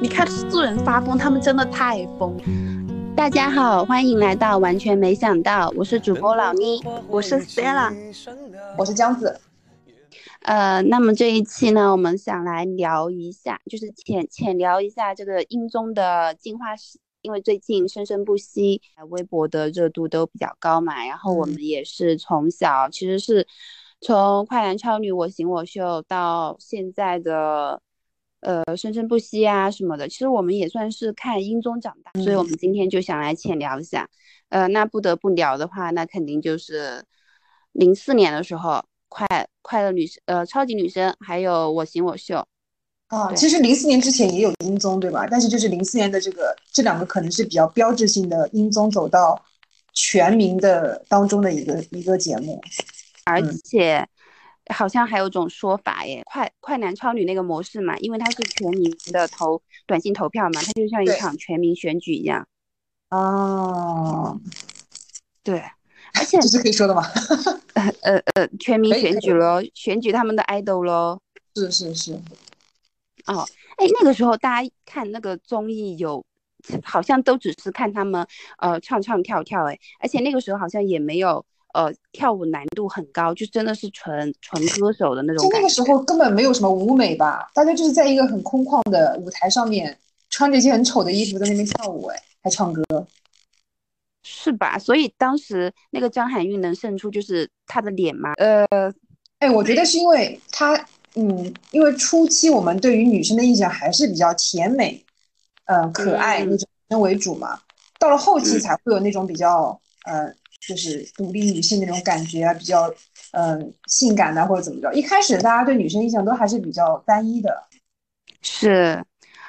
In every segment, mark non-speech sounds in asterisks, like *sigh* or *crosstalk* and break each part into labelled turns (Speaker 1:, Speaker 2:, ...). Speaker 1: 你看素人发疯，他们真的太疯。
Speaker 2: 大家好，欢迎来到完全没想到，我是主播老妮，
Speaker 1: 我是 Stella，
Speaker 3: 我是姜子。
Speaker 2: 呃，那么这一期呢，我们想来聊一下，就是浅浅聊一下这个英综的进化史，因为最近生生不息，呃微博的热度都比较高嘛。然后我们也是从小，其实是从快男超女、我行我秀到现在的呃生生不息啊什么的，其实我们也算是看英综长大，所以我们今天就想来浅聊一下。呃，那不得不聊的话，那肯定就是零四年的时候。快快乐女呃，超级女生，还有我行我秀
Speaker 3: 啊。其实零四年之前也有英综，对吧？但是就是零四年的这个这两个可能是比较标志性的英综走到全民的当中的一个一个节目，
Speaker 2: 而且、嗯、好像还有种说法耶，快快男超女那个模式嘛，因为它是全民的投短信投票嘛，它就像一场全民选举一样。
Speaker 3: 哦，
Speaker 2: 对。而且
Speaker 3: 这是可以说的吗？ *laughs*
Speaker 2: 呃呃呃，全民选举喽，选举他们的 idol 喽。
Speaker 3: 是是是。
Speaker 2: 哦，哎，那个时候大家看那个综艺有，好像都只是看他们呃唱唱跳跳，哎，而且那个时候好像也没有呃跳舞难度很高，就真的是纯纯歌手的那种。
Speaker 3: 就那个时候根本没有什么舞美吧，大家就是在一个很空旷的舞台上面，穿着一些很丑的衣服在那边跳舞，哎，还唱歌。
Speaker 2: 是吧？所以当时那个张含韵能胜出，就是她的脸吗？呃，
Speaker 3: 哎，我觉得是因为她，嗯，因为初期我们对于女生的印象还是比较甜美，呃，可爱那种为主嘛。到了后期才会有那种比较，呃，就是独立女性那种感觉啊，比较，嗯、呃，性感的或者怎么着。一开始大家对女生印象都还是比较单一的。
Speaker 2: 是，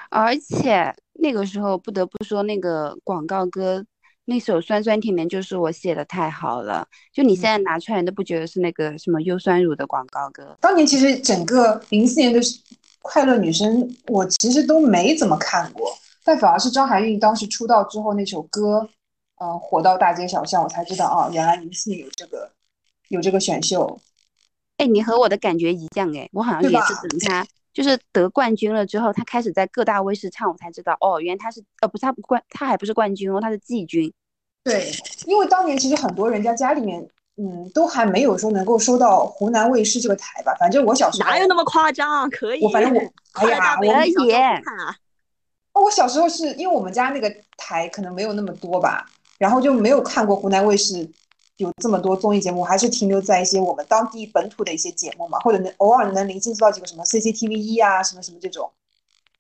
Speaker 2: 而且那个时候不得不说，那个广告歌。那首酸酸甜甜就是我写的太好了，就你现在拿出来都不觉得是那个什么优酸乳的广告歌。
Speaker 3: 当年其实整个零四年的快乐女生，我其实都没怎么看过，但反而是张含韵当时出道之后那首歌，呃，火到大街小巷，我才知道啊，原来零四年有这个有这个选秀。
Speaker 2: 哎，你和我的感觉一样哎，我好像也是等他就是得冠军了之后，他开始在各大卫视唱，我才知道哦，原来他是呃不是他不冠，他还不是冠军哦，他是季军。
Speaker 3: 对，因为当年其实很多人家家里面，嗯，都还没有说能够收到湖南卫视这个台吧。反正我小时候
Speaker 4: 哪有那么夸张？啊可以，
Speaker 3: 我反正我哎
Speaker 4: 啊
Speaker 3: 呀，
Speaker 2: 我可以
Speaker 4: 看啊。
Speaker 3: 哦我小时候是因为我们家那个台可能没有那么多吧，然后就没有看过湖南卫视有这么多综艺节目，还是停留在一些我们当地本土的一些节目嘛，或者能偶尔能零星知道几个什么 CCTV 一啊，什么什么这种。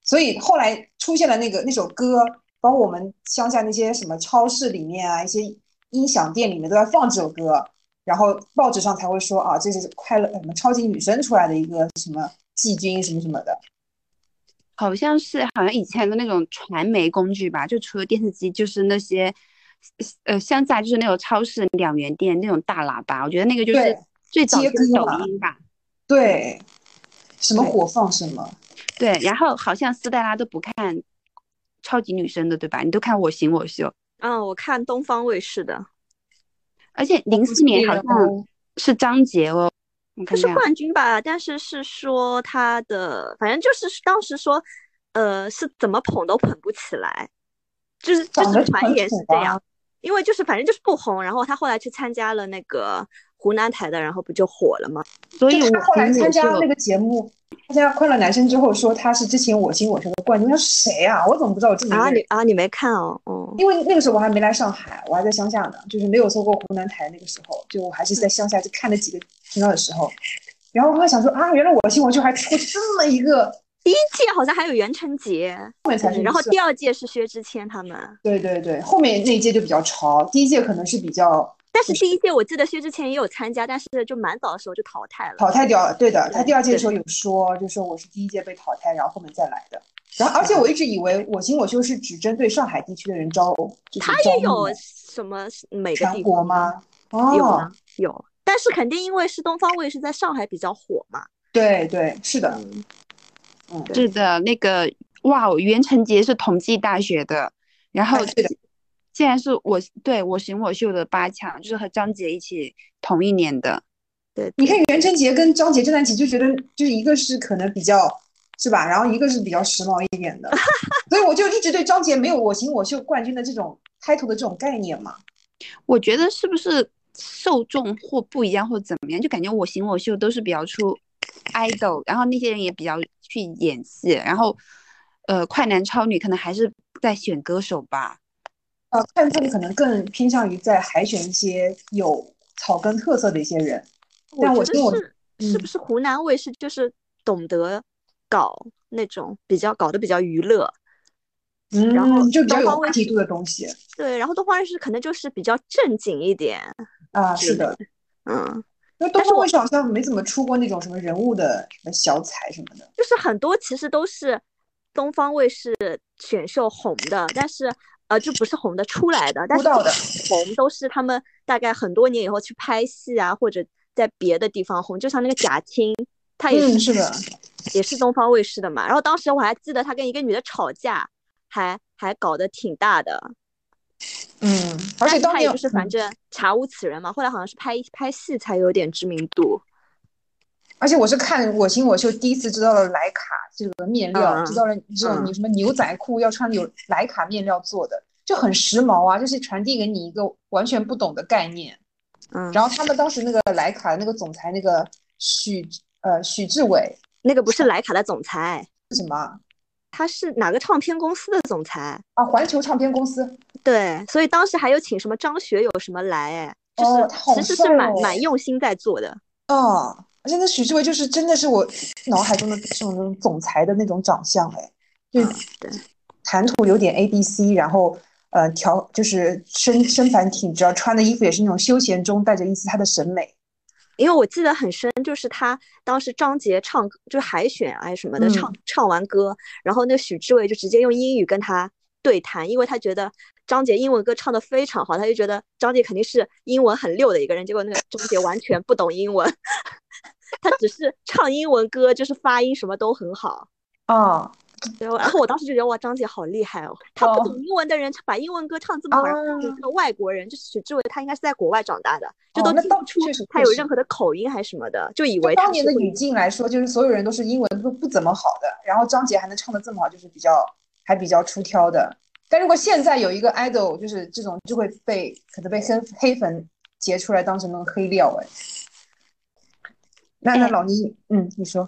Speaker 3: 所以后来出现了那个那首歌。包括我们乡下那些什么超市里面啊，一些音响店里面都在放这首歌，然后报纸上才会说啊，这是快乐什么超级女生出来的一个什么季军什么什么的，
Speaker 2: 好像是好像以前的那种传媒工具吧，就除了电视机，就是那些呃乡下就是那种超市两元店那种大喇叭，我觉得那个就是最早的抖音吧，
Speaker 3: 对，什么火放什么，
Speaker 2: 对，然后好像斯黛拉都不看。超级女生的对吧？你都看我行我秀，
Speaker 4: 嗯，我看东方卫视的，
Speaker 2: 而且零四年好像
Speaker 3: 哦
Speaker 2: 是张杰哦，
Speaker 4: 他是冠军吧？但是是说他的，反正就是当时说，呃，是怎么捧都捧不起来，就是就是传言是这样，因为就是反正就是不红，然后他后来去参加了那个湖南台的，然后不就火了吗？
Speaker 2: 所以我
Speaker 3: 后来参加那个节目。参加《快乐男生》之后说他是之前我行我秀的冠军，他是谁啊？我怎么不知道有这么
Speaker 4: 啊？你啊，你没看哦，哦、嗯，
Speaker 3: 因为那个时候我还没来上海，我还在乡下呢，就是没有搜过湖南台。那个时候就我还是在乡下，就看了几个频道的时候，然后我还想说啊，原来我行我秀还出过这么一个。
Speaker 4: 第一届好像还有袁成杰，
Speaker 3: 后面才是。
Speaker 4: 然后第二届是薛之谦他们。
Speaker 3: 对对对，后面那一届就比较潮，第一届可能是比较。
Speaker 4: 但是第一届我记得薛之谦也有参加，但是就蛮早的时候就淘汰了，
Speaker 3: 淘汰掉了。对的，他第二届的时候有说，就说我是第一届被淘汰，然后后面再来的。然后，而
Speaker 4: 啊
Speaker 3: 且我一直以为我行我秀是只针对上海地区的人招，
Speaker 4: 他也有什么每个
Speaker 3: 全国吗？
Speaker 4: 哦，有吗？有，但是肯定因为是东方卫视在上海比较火嘛。
Speaker 3: 对对，是的，
Speaker 2: 嗯，是的，那个哇，袁成杰是同济大学的，然后。竟然是我对我行我秀的八强，就是和张杰一起同一年的。
Speaker 4: 对，
Speaker 3: 你看袁成杰跟张杰这段棋，就觉得就是一个是可能比较是吧？然后一个是比较时髦一
Speaker 4: *laughs*
Speaker 3: 点的，所以我就一直对张杰没有“我行我秀”冠军的这种 title 的这种概念嘛。
Speaker 2: 我觉得是不是受众或不一样，或怎么样，就感觉我行我秀都是比较出 idol，然后那些人也比较去演戏，然后呃，快男超女可能还是在选歌手吧。
Speaker 3: 呃，快男超女可能更偏向于在海选一些有草根特色的一些人，但我
Speaker 4: 我觉
Speaker 3: 听我
Speaker 4: 得是是
Speaker 3: 嗯
Speaker 4: 不是湖南卫视就是懂得搞那种比较搞得比较娱乐，
Speaker 3: 嗯，
Speaker 4: 然后
Speaker 3: 就比较
Speaker 4: 东
Speaker 3: 有
Speaker 4: 方
Speaker 3: 话
Speaker 4: 卫
Speaker 3: 题度的东西
Speaker 4: 对，然后东方卫视可能就是比较正经一点，
Speaker 3: 啊，
Speaker 4: 对
Speaker 3: 是的。
Speaker 4: 嗯，
Speaker 3: 因为东方卫视好像没怎么出过那种什么人物的什么小彩什么的，
Speaker 4: 就是很多其实都是东方卫视选秀红的，但是呃就不是红的出来的，但
Speaker 3: 出
Speaker 4: 是
Speaker 3: 道的
Speaker 4: 红都是他们大概很多年以后去拍戏啊，或者在别的地方红，就像那个贾青，她也是、
Speaker 3: 嗯，是的，
Speaker 4: 也是东方卫视的嘛。然后当时我还记得她跟一个女的吵架，还还搞得挺大的，
Speaker 3: 嗯，而且
Speaker 4: 但
Speaker 3: 当
Speaker 4: 她也
Speaker 3: 年嗯
Speaker 4: 就是反正查无此人嘛。后来好像是拍拍戏才有点知名度，
Speaker 3: 而且我是看《我行我秀》第一次知道了莱卡这个面料，
Speaker 4: 嗯
Speaker 3: 知道了知道
Speaker 4: 嗯
Speaker 3: 你什么牛仔裤要穿有莱卡面料做的，就很时髦啊，就是传递给你一个完全不懂的概念。
Speaker 4: 嗯，
Speaker 3: 然后他们当时那个莱卡的那个总裁那个许呃许志伟
Speaker 4: 那个不是莱卡的总裁，
Speaker 3: 是什么啊
Speaker 4: 他是哪个唱片公司的总裁？
Speaker 3: 啊？环球唱片公司
Speaker 4: 对，所以当时还有请什么张学友什么来，哎，就是、
Speaker 3: 哦他好
Speaker 4: 其实是
Speaker 3: 帅
Speaker 4: 蛮
Speaker 3: 哦
Speaker 4: 蛮用心在做的。
Speaker 3: 啊，而且那许志伟就是真的是我脑海中的这种总裁的那种长相哎，就
Speaker 4: 嗯对，
Speaker 3: 谈吐有点 A B C，然后呃条就是身身板挺直，穿的衣服也是那种休闲中带着一丝他的审美。
Speaker 4: 因为我记得很深，就是他当时张杰唱歌就海选啊什么的，
Speaker 3: 嗯
Speaker 4: 唱唱完歌，然后那许志伟就直接用英语跟他对谈，因为他觉得张杰英文歌唱的非常好，他就觉得张杰肯定是英文很溜的一个人，结果那个张杰完全不懂英文， *laughs* 他只是唱英文歌，就是发音什么都很好。
Speaker 3: 啊
Speaker 4: 对，然后我当时就觉得哇，张姐好厉害哦！她不
Speaker 3: 哦
Speaker 4: 懂英文的人，她把英文歌唱这么好，然后就是
Speaker 3: 啊
Speaker 4: 个外国人，就是许志伟，他应该是在国外长大的，这
Speaker 3: 哦
Speaker 4: 都
Speaker 3: 那
Speaker 4: 听
Speaker 3: 倒
Speaker 4: 不出
Speaker 3: 确实
Speaker 4: 他
Speaker 3: 确
Speaker 4: 有
Speaker 3: 实
Speaker 4: 任何的口音还是什么的，就以为
Speaker 3: 当
Speaker 4: 他
Speaker 3: 年
Speaker 4: 哎是
Speaker 3: 的
Speaker 4: 会
Speaker 3: 语境来说，就是所有人都是英文都不怎么好的，然后张杰还能唱的这么好，就是比较还比较出挑的。但如果现在有一个 idol，就是这种就会被可能被黑黑粉截出来当成那种黑料哎。那那
Speaker 2: 哎
Speaker 3: 老倪，嗯，你说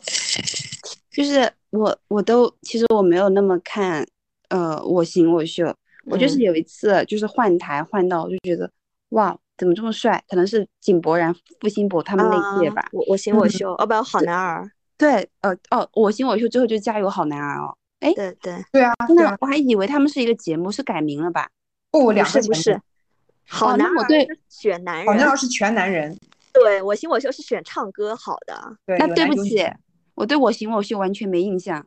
Speaker 2: 就是我我都其实我没有那么看，呃，我行我秀，我就是
Speaker 3: 嗯
Speaker 2: 有一次就是换台换到我就觉得哇，怎么这么帅？可能是井柏然、付辛博他们那一届
Speaker 4: 啊
Speaker 2: 吧。
Speaker 4: 我我行我
Speaker 3: 嗯
Speaker 4: 秀，哦不，好男儿，
Speaker 2: 对，呃哦，我行我秀之后就加油好男儿哦。哎，
Speaker 4: 对对，
Speaker 2: 真
Speaker 3: 对啊
Speaker 2: 的我还以为他们是一个节目，是改名了吧？
Speaker 3: 不，
Speaker 4: 不
Speaker 3: 两
Speaker 4: 是
Speaker 3: 个
Speaker 4: 不
Speaker 3: 前
Speaker 4: 是
Speaker 3: 面，，
Speaker 4: 好
Speaker 2: 哦
Speaker 4: 男
Speaker 2: 那我对
Speaker 4: 儿是选男
Speaker 3: 好像
Speaker 4: 人，
Speaker 3: 是全男人，
Speaker 4: 对我行我秀是选唱歌好的，
Speaker 3: 对，
Speaker 2: 那
Speaker 3: 有
Speaker 2: 对
Speaker 3: 男
Speaker 2: 不
Speaker 3: 有女
Speaker 2: 起，我对我行我秀完全没印象。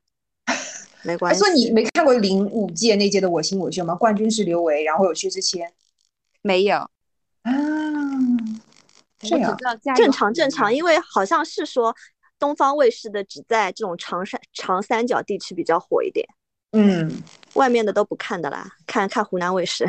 Speaker 4: 没
Speaker 3: 哎
Speaker 4: 关系
Speaker 3: 所以。你没看过零五届那届的我行我秀吗？冠军是刘维，然后有薛之谦
Speaker 2: 没有，
Speaker 3: 啊，
Speaker 2: 我
Speaker 3: 这
Speaker 2: 只
Speaker 3: 样
Speaker 2: 知道加油
Speaker 4: 正
Speaker 2: 好
Speaker 4: 常
Speaker 2: 男
Speaker 4: 正常，
Speaker 2: 儿
Speaker 4: 因为好像是说东方卫视的只在这种长三长三角地区比较火一点。
Speaker 3: 嗯，
Speaker 4: 外面的都不看的啦，看看湖南卫视。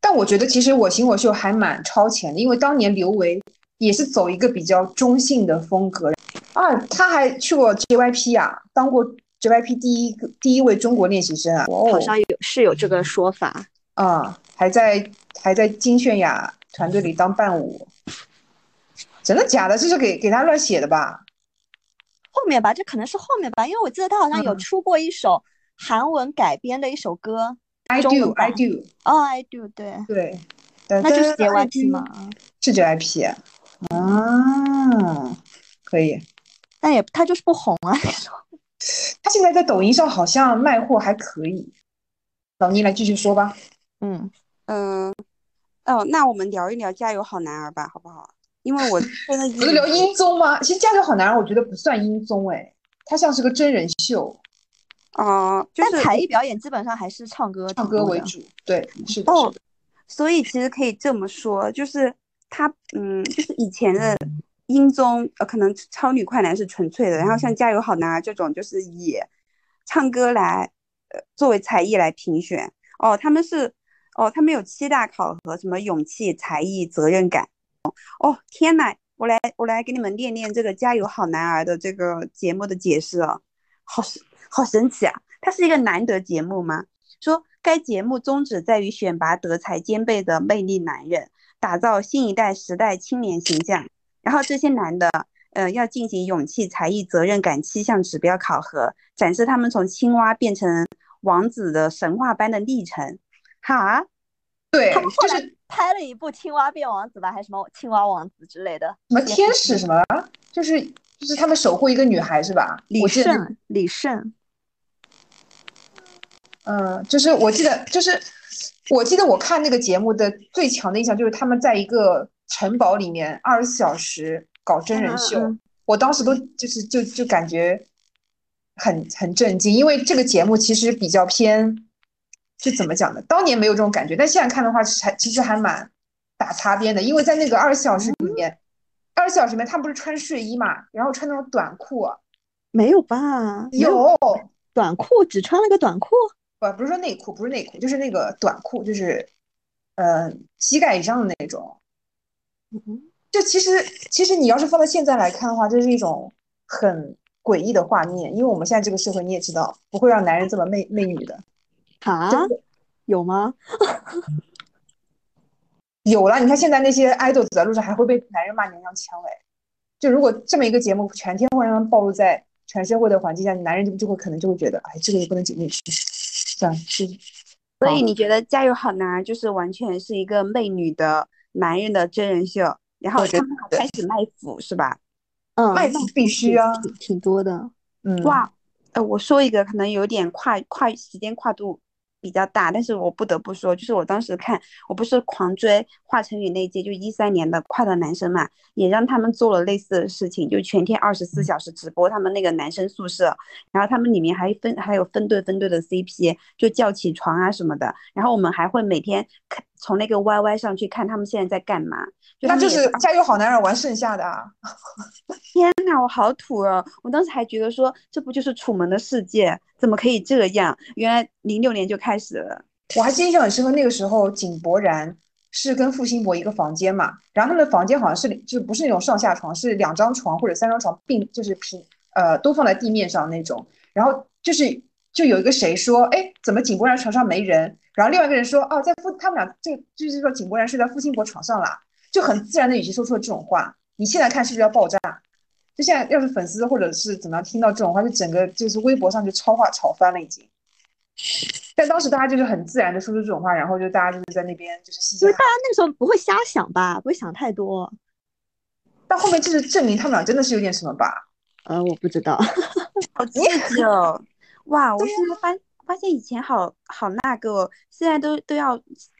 Speaker 3: 但我觉得其实我行我秀还蛮超前的，因为当年刘维也是走一个比较中性的风格啊，他还去过 JYP 啊，当过 JYP 第一个第一位中国练习生啊，哦，
Speaker 4: 有是有这个说法。
Speaker 3: 啊，还在还在金泫雅团队里当伴舞，真的假的？这是给给他乱写的吧？
Speaker 4: 后面吧，这可能是后面吧，因为我记得他好像有
Speaker 3: 嗯
Speaker 4: 出过一首韩文改编的一首歌。
Speaker 3: I
Speaker 4: 中文
Speaker 3: do, I
Speaker 4: 版
Speaker 3: do，
Speaker 4: 哦，I do，对，
Speaker 3: 对，
Speaker 4: 那就是
Speaker 3: I
Speaker 4: JYP
Speaker 3: do
Speaker 4: 嘛，？
Speaker 3: 是 JYP 啊啊，可以。
Speaker 4: 但也他就是不红啊。
Speaker 3: 他现在在抖音上好像卖货还可以。老倪来继续说吧。
Speaker 4: 嗯，
Speaker 2: 嗯，哦，那我们聊一聊《加油好男儿》吧，好不好？因为我真
Speaker 4: *laughs*
Speaker 2: 的
Speaker 3: 不是聊音综吗？其实《家教好男人》我觉得不算音综哎，他像是个真人秀，
Speaker 4: *laughs*
Speaker 2: 哦，就
Speaker 4: 但
Speaker 2: 是
Speaker 4: 才艺表演基本上还是唱歌
Speaker 3: 唱
Speaker 4: 挺
Speaker 3: 歌
Speaker 4: 多
Speaker 3: 为
Speaker 4: 的。
Speaker 3: 主。对，是的，是
Speaker 2: 哦
Speaker 3: 的，
Speaker 2: 所以其实可以这么说，就是他，嗯，就是以前的音综，呃，可能超女快男是纯粹的，然后像《加油好男儿》这种，就是以唱歌来，呃，作为才艺来评选。哦，他们是，哦，他们有七大考核，什么勇气、才艺、责任感。哦，天呐，我来我来给你们念念这个《加油好男儿》的这个节目的解释哦，好神好神奇啊！它是一个难得节目吗？说该节目宗旨在于选拔德才兼备的魅力男人，打造新一代时代青年形象。然后这些男的，呃，要进行勇气、才艺、责任感七项指标考核，展示他们从青蛙变成王子的神话般的历程。哈，啊
Speaker 3: 对，
Speaker 4: 他们后
Speaker 3: 就
Speaker 4: 来
Speaker 3: 是什
Speaker 4: 拍了一部《青蛙变王子》吧，还是什么《青蛙王子》之类的？
Speaker 3: 么天使什么，就是就是他们守护一个女孩是吧？
Speaker 4: 李
Speaker 3: 我记得，
Speaker 4: 晟，李晟，
Speaker 3: 嗯，就是我记得，就是我记得我看那个节目的最强的印象就是他们在一个城堡里面二十四小时搞真人秀，
Speaker 4: 嗯
Speaker 3: 我当时都就是就就感觉很很震惊，因为这个节目其实比较偏，是怎么讲呢？当年没有这种感觉，但现在看的话，其实还其实还蛮打擦边的，因为在那个二十四小时里
Speaker 4: 嗯
Speaker 3: 面，二十四小时里面他们不是穿睡衣嘛，然后穿那种短裤，啊
Speaker 4: 没有吧？没
Speaker 3: 有
Speaker 4: 短裤，只穿了个短裤。
Speaker 3: 不不是说内裤，不是内裤，就是那个短裤，就是呃膝盖以上的那种。就其实其实你要是放到现在来看的话，这是一种很诡异的画面，因为我们现在这个社会你也知道，不会让男人这么媚媚女的。
Speaker 4: 啊
Speaker 3: 真的
Speaker 4: 有吗？
Speaker 3: 有了，你看现在那些爱豆走在路上还会被男人骂娘娘腔哎，就如果这么一个节目全天会让他们暴露在全社会的环境下，男人就就会可能就会觉得，哎，这个也不能卷进去，这样是
Speaker 2: 所以你觉得《加油好男儿》就是完全是一个媚女的男人的真人秀，然后
Speaker 3: 我觉
Speaker 2: 他
Speaker 3: 得
Speaker 2: 们还开始卖腐是吧？
Speaker 4: 嗯，
Speaker 3: 卖腐必须啊，
Speaker 4: 挺挺多的。
Speaker 3: 嗯，
Speaker 2: 哇，呃，我说一个可能有点跨跨时间跨度比较大，但是我不得不说，就是我当时看，我不是狂追华晨宇那一届，就一三年的《快乐男生》嘛，也让他们做了类似的事情，就全天二十四小时直播他们那个男生宿舍，然后他们里面还分还有分队分队的 CP，就叫起床啊什么的，然后我们还会每天看从那个 YY 上去看他们现在在干嘛，就他们
Speaker 3: 那就
Speaker 2: 也
Speaker 3: 是《加油好男儿》玩剩下的啊。
Speaker 2: 天呐，我好土啊！我当时还觉得说，这不就是《楚门的世界》，怎么可以这样？原来零六年就开始了。
Speaker 3: 我还是印象很深刻，那个时候井柏然是跟付辛博一个房间嘛，然后他们的房间好像是就是不是那种上下床，是两张床或者三张床并就是平呃都放在地面上那种，然后就是就有一个谁说，哎，怎么井柏然床上没人？然后另外一个人说，哦，在付他们俩这就是说井柏然睡在付辛博床上啦，就很自然的语气说出了这种话，你现在看是不是要爆炸？就现在要是粉丝或者是怎么样听到这种话，就整个就是微博上就超话吵翻了已经。但当时大家就是很自然的说出这种话，然后就大家就是在那边就是嘻嘻
Speaker 4: 因为
Speaker 3: 哈
Speaker 4: 大
Speaker 3: 哈。
Speaker 4: 家那个时候不会瞎想吧，不会想太多。
Speaker 3: 但后面就是证明他们俩真的是有点什么吧。
Speaker 4: 呃，我不知道，
Speaker 2: 好刺激
Speaker 4: *laughs*
Speaker 2: 哦！哇，我
Speaker 4: 啊
Speaker 2: 现在发发现以前好好那个哦，现在都都要，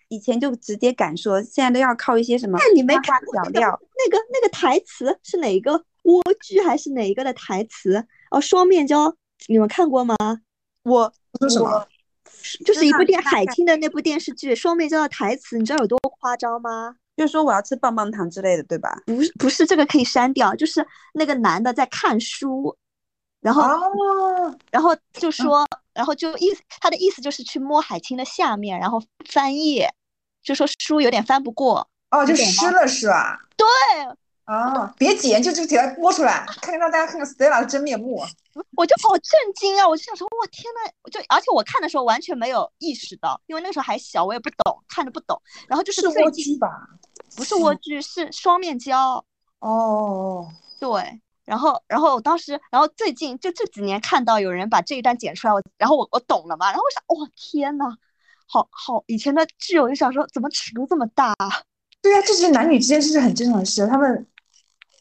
Speaker 2: 以前就直接敢说，现在都要靠一些什么
Speaker 4: 但你没
Speaker 2: 八卦
Speaker 4: 看过
Speaker 2: 小
Speaker 4: 那个
Speaker 2: 料。
Speaker 4: 那个那个台词是哪一个蜗居还是哪一个的台词？哦，双面胶，你们看过吗？
Speaker 2: 我
Speaker 3: 说什么？
Speaker 4: 就是
Speaker 2: 真
Speaker 4: 一
Speaker 2: 的
Speaker 4: 部电
Speaker 2: 大
Speaker 4: 海
Speaker 2: 概
Speaker 4: 清的那部电视剧，双面胶的台词，你知道有多夸张吗？
Speaker 2: 就说我要吃棒棒糖之类的，对吧？
Speaker 4: 不是不是，这个可以删掉，就是那个男的在看书，然后
Speaker 3: 啊，
Speaker 4: 然后就说，然后就意思他的意思就是去摸海清的下面，然后翻页，就说书有点翻不过。
Speaker 3: 哦，就
Speaker 4: 你懂吗
Speaker 3: 湿了是吧？
Speaker 4: 对，
Speaker 3: 啊，别剪，就就给它摸出来，看看让大家看看 Stella 的真面目。
Speaker 4: 我就好震惊啊！我就想说，我天呐，我就而且我看的时候完全没有意识到，因为那个时候还小，我也不懂，看着不懂。然后就是
Speaker 3: 是
Speaker 4: 最
Speaker 3: 蜗
Speaker 4: 近
Speaker 3: 居吧？
Speaker 4: 不是蜗居，是双面胶。
Speaker 3: 哦，
Speaker 4: 对，然后然后我当时，然后最近就这几年看到有人把这一段剪出来，我然后我我懂了嘛，然后我想，哇、天呐，好好以前的剧，我就想说，怎么尺度这么大？啊
Speaker 3: 对呀、这是男女之间这是很正常的事，他们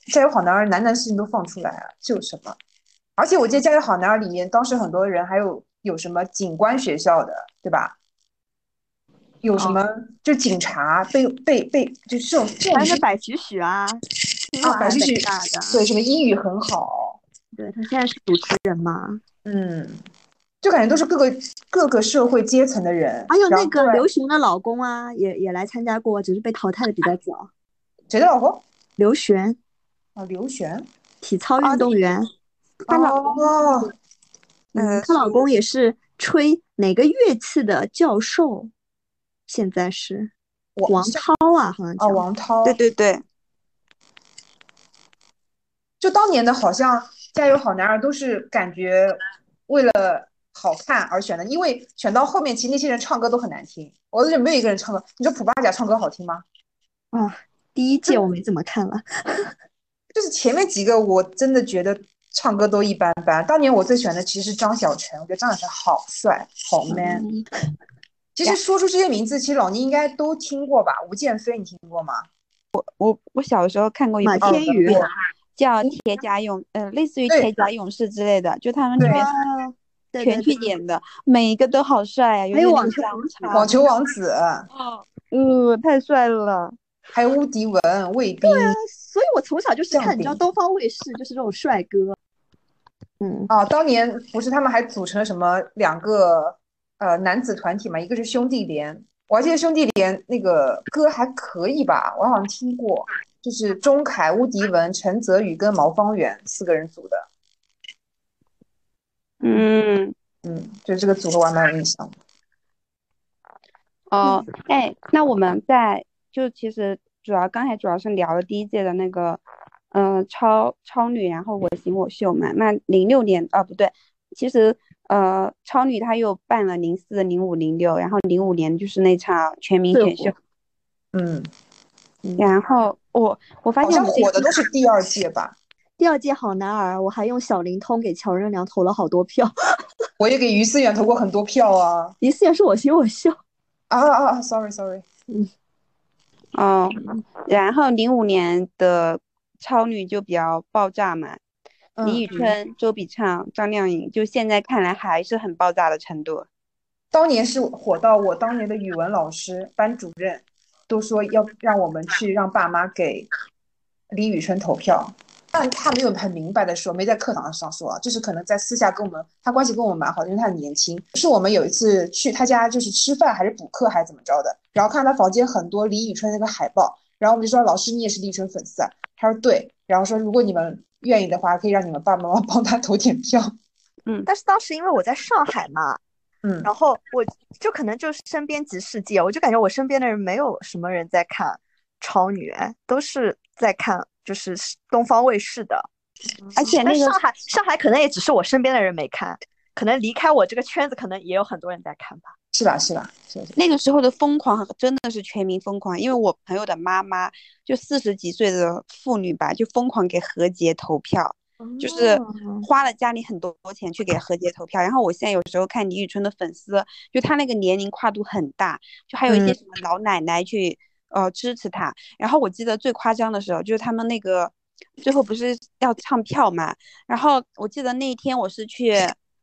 Speaker 3: 《加油好男儿》男男事情都放出来啊，这有什么？而且我记得《加油好男儿》里面，当时很多人还有有什么警官学校的，对吧？有什么、就警察被被被就这种这种
Speaker 4: 还有
Speaker 3: 事
Speaker 4: 那白徐许啊，清
Speaker 3: 啊，
Speaker 4: 华
Speaker 3: 百事
Speaker 4: 北
Speaker 3: 曲
Speaker 4: 大的，
Speaker 3: 对什么英语很好，
Speaker 4: 对他现在是主持人嘛。
Speaker 3: 嗯，就感觉都是各个各个社会阶层的人。
Speaker 4: 还有
Speaker 3: 然
Speaker 4: 那
Speaker 3: 后
Speaker 4: 个
Speaker 3: 对
Speaker 4: 刘璇的老公啊，也也来参加过，只是被淘汰的比较早。
Speaker 3: 谁的老公？
Speaker 4: 刘璇，
Speaker 3: 哦，刘璇。
Speaker 4: 体操运动员，
Speaker 2: 她老
Speaker 3: 哦，
Speaker 4: 嗯
Speaker 2: 呃，
Speaker 4: 她老公也是吹哪个乐器的教授，现在是
Speaker 3: 我
Speaker 4: 王
Speaker 3: 是
Speaker 4: 涛啊，好像
Speaker 3: 哦，
Speaker 4: 叫。
Speaker 3: 王涛。
Speaker 2: 对对对，
Speaker 3: 就当年的好像《加油好男儿》都是感觉为了好看而选的，因为选到后面其实那些人唱歌都很难听，我就没有一个人唱歌。你说普巴甲唱歌好听吗？
Speaker 4: 哦，第一届我没怎么看了，
Speaker 3: 就是前面几个我真的觉得唱歌都一般般。当年我最喜欢的其实是张小晨，我觉得张小晨好帅，好 man。
Speaker 2: 嗯
Speaker 3: 其实说出这些名字，其实老倪应该都听过吧？吴建飞你听过吗？哦
Speaker 2: 我小时候看过一部
Speaker 4: 马
Speaker 2: 电
Speaker 4: 天嗯
Speaker 2: 视
Speaker 4: 宇啊
Speaker 2: 剧叫《铁甲勇》，呃，类似于《
Speaker 3: 对
Speaker 2: 铁甲勇士》之类的，就他们
Speaker 3: 对
Speaker 2: 全
Speaker 4: 哦，对对
Speaker 2: 全去
Speaker 4: 对，
Speaker 2: 演的，每一个都好帅啊，
Speaker 4: 还有
Speaker 2: 点
Speaker 4: 网
Speaker 2: 那
Speaker 4: 球
Speaker 2: 个
Speaker 4: 王子
Speaker 2: 香
Speaker 3: 网
Speaker 2: 肠，
Speaker 3: 球王子，
Speaker 2: 呃，太帅了。
Speaker 3: 还有乌迪文、卫兵
Speaker 4: 啊所以我从小就是
Speaker 3: 酱
Speaker 4: 看，你知道
Speaker 3: 饼
Speaker 4: 东方卫视就是这种帅哥，嗯，
Speaker 3: 啊，当年不是他们还组成了什么两个呃男子团体嘛？一个是兄弟连，我还记得兄弟连那个歌还可以吧，我好像听过，就是钟凯、乌迪文、陈泽宇跟毛方圆四个人组的，
Speaker 2: 嗯，
Speaker 3: 嗯，就这个组合我还蛮有印象的。
Speaker 2: *laughs* 哦，哎，那我们在就其实主要刚才主要是聊了第一届的那个，呃，超超女，然后我行我秀嘛。那零六年啊，不对，其实呃，超女她又办了零四、零五、零六，然后零五年就是那场全民
Speaker 4: 对
Speaker 2: 选秀，
Speaker 3: 嗯，
Speaker 2: 然后我我发
Speaker 3: 好
Speaker 2: 现
Speaker 3: 像
Speaker 2: 我这
Speaker 3: 火的
Speaker 2: 个
Speaker 3: 都是第二届吧，
Speaker 4: 第二届好男儿，我还用小灵通给乔任梁投了好多票， *laughs*
Speaker 3: 我也给于思远投过很多票啊
Speaker 4: 一次也是我行我秀，
Speaker 3: 啊啊啊！Sorry Sorry，
Speaker 2: 哦，
Speaker 3: 嗯
Speaker 2: 然后零五年的超女就比较爆炸嘛，李宇
Speaker 3: 嗯，
Speaker 2: 春、周笔畅、张靓颖，就现在看来还是很爆炸的程度。
Speaker 3: 当年是火到我当年的语文老师、班主任都说要让我们去让爸妈给李宇春投票，但他没有很明白的说，没在课堂上说啊，就是可能在私下跟我们，他关系跟我们蛮好的，因为他很年轻。是我们有一次去他家，就是吃饭还是补课还是怎么着的，然后看他房间很多李宇春那个海报，然后我们就说老师你也是李宇春粉丝啊，他说对，然后说如果你们愿意的话，可以让你们爸爸妈妈帮他投点票，
Speaker 4: 但是当时因为我在上海嘛，
Speaker 3: 嗯。
Speaker 4: 然后我就可能就身边即世界，我就感觉我身边的人没有什么人在看超女，哎都是在看就是东方卫视的。
Speaker 2: 而且那
Speaker 4: 但
Speaker 2: 个
Speaker 4: 嗯上海上海可能也只是我身边的人没看，可能离开我这个圈子，可能也有很多人在看吧。
Speaker 3: 是吧？是吧？是吧？是吧
Speaker 2: 那个时候的疯狂真的是全民疯狂，因为我朋友的妈妈就四十几岁的妇女吧，就疯狂给何洁投票，就是花了家里很多钱去给何洁投票。然后我现在有时候看李宇春的粉丝，就她那个年龄跨度很大，就还有一些
Speaker 3: 嗯
Speaker 2: 什么老奶奶去、呃支持她。然后我记得最夸张的时候，就是他们那个最后不是要唱票嘛，然后我记得那一天我是去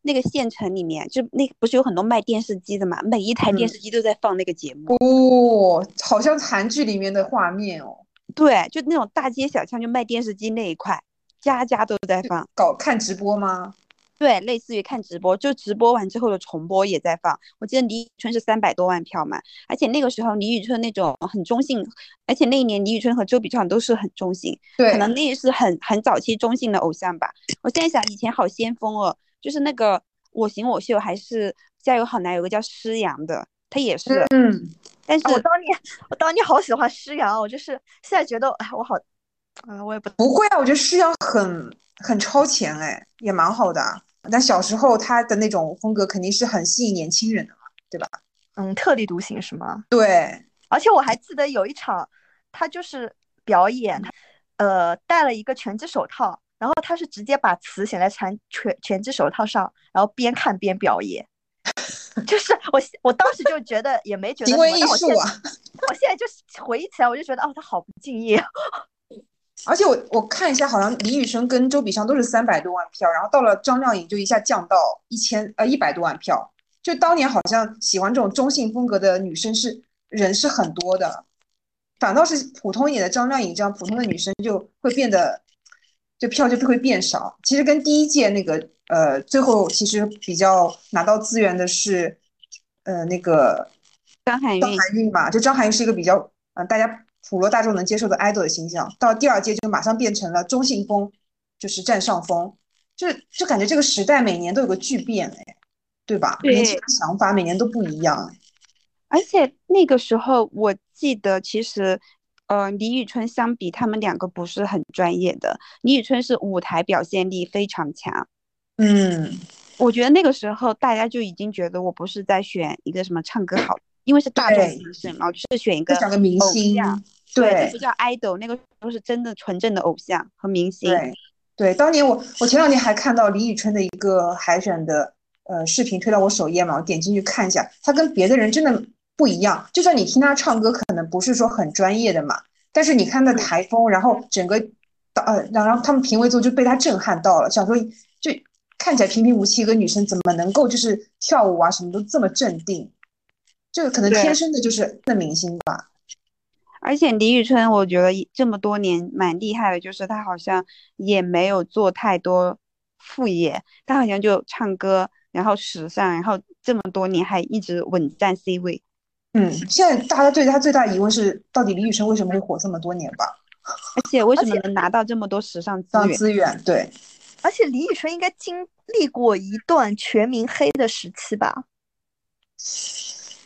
Speaker 2: 那个县城里面，就那不是有很多卖电视机的嘛，每一台电
Speaker 3: 嗯
Speaker 2: 视机都在放那个节目，
Speaker 3: 哦，好像韩剧里面的画面哦，
Speaker 2: 对，就那种大街小巷就卖电视机那一块，家家都在放。
Speaker 3: 搞看直播吗？
Speaker 2: 对，类似于看直播，就直播完之后的重播也在放。我记得李宇春是三百多万票嘛，而且那个时候李宇春那种很中性，而且那一年李宇春和周笔畅都是很中性，
Speaker 3: 对，
Speaker 2: 可能那也是很很早期中性的偶像吧。我现在想，以前好先锋哦，就是那个《我行我秀》还是《加油好男》，有个叫施洋的，他也是，
Speaker 3: 嗯，
Speaker 2: 但是
Speaker 4: 啊我当年我当年好喜欢施洋，我就是现在觉得哎，我好，嗯、我也不
Speaker 3: 不会啊，我觉得施洋很很超前哎，也蛮好的啊。但小时候他的那种风格肯定是很吸引年轻人的嘛。
Speaker 4: 嗯特立独行是吗？
Speaker 3: 对，
Speaker 4: 而且我还记得有一场，他就是表演，呃，戴了一个拳击手套，然后他是直接把词写在拳拳拳击手套上，然后边看边表演。 *laughs* 就是我，我当时就觉得也没觉得什
Speaker 3: 行
Speaker 4: 么
Speaker 3: 为
Speaker 4: 但
Speaker 3: 艺
Speaker 4: 我
Speaker 3: 术
Speaker 4: 现在
Speaker 3: 啊。
Speaker 4: 我现在就是回忆起来，我就觉得哦，他好不敬业。
Speaker 3: 而且我我看一下，好像李宇春跟周笔畅都是三百多万票，然后到了张靓颖就一下降到一千呃一百多万票。就当年好像喜欢这种中性风格的女生是人是很多的，反倒是普通一点的张靓颖这样普通的女生就会变得就票就会变少。其实跟第一届那个呃最后其实比较拿到资源的是呃那个
Speaker 2: 张含
Speaker 3: 张
Speaker 2: 韵，
Speaker 3: 含韵吧，就张含韵是一个比较嗯、呃大家普罗大众能接受的 idol 的形象，到第二届就马上变成了中性风，就是占上风，就是就感觉这个时代每年都有个巨变哎，对吧？
Speaker 2: 对
Speaker 3: 年轻人的想法每年都不一样哎，
Speaker 2: 而且那个时候我记得其实呃，李宇春相比，他们两个不是很专业的。李宇春是舞台表现力非常强，
Speaker 3: 嗯，
Speaker 2: 我觉得那个时候大家就已经觉得我不是在选一个什么唱歌好，因为是大众
Speaker 3: 对
Speaker 2: 评审嘛，我就是选一个
Speaker 3: 再找个明
Speaker 2: 偶
Speaker 3: 星，
Speaker 2: 像，对，就
Speaker 3: 对
Speaker 2: 不叫 idol，那个时候是真的纯正的偶像和明星。
Speaker 3: 对对，当年我我前两年还看到李宇春的一个海选的呃视频推到我首页嘛，我点进去看一下，她跟别的人真的不一样。就算你听她唱歌，可能不是说很专业的嘛，但是你看
Speaker 2: 嗯
Speaker 3: 那台风，然后整个导呃，然后他们评委组就被她震撼到了，想说就看起来平平无奇一个女生，怎么能够就是跳舞啊什么都这么镇定？这可能
Speaker 2: 对
Speaker 3: 天生的就是那明星吧。
Speaker 2: 而且李宇春，我觉得也这么多年蛮厉害的，就是她好像也没有做太多副业，她好像就唱歌，然后时尚，然后这么多年还一直稳占 C 位。
Speaker 3: 嗯，现在大家对她最大的疑问是，到底李宇春为什么会火这么多年吧？
Speaker 2: 而且为什么能拿到这么多时尚资
Speaker 3: 当
Speaker 2: 源？
Speaker 3: 资源对。
Speaker 4: 而且李宇春应该经历过一段全民黑的时期吧，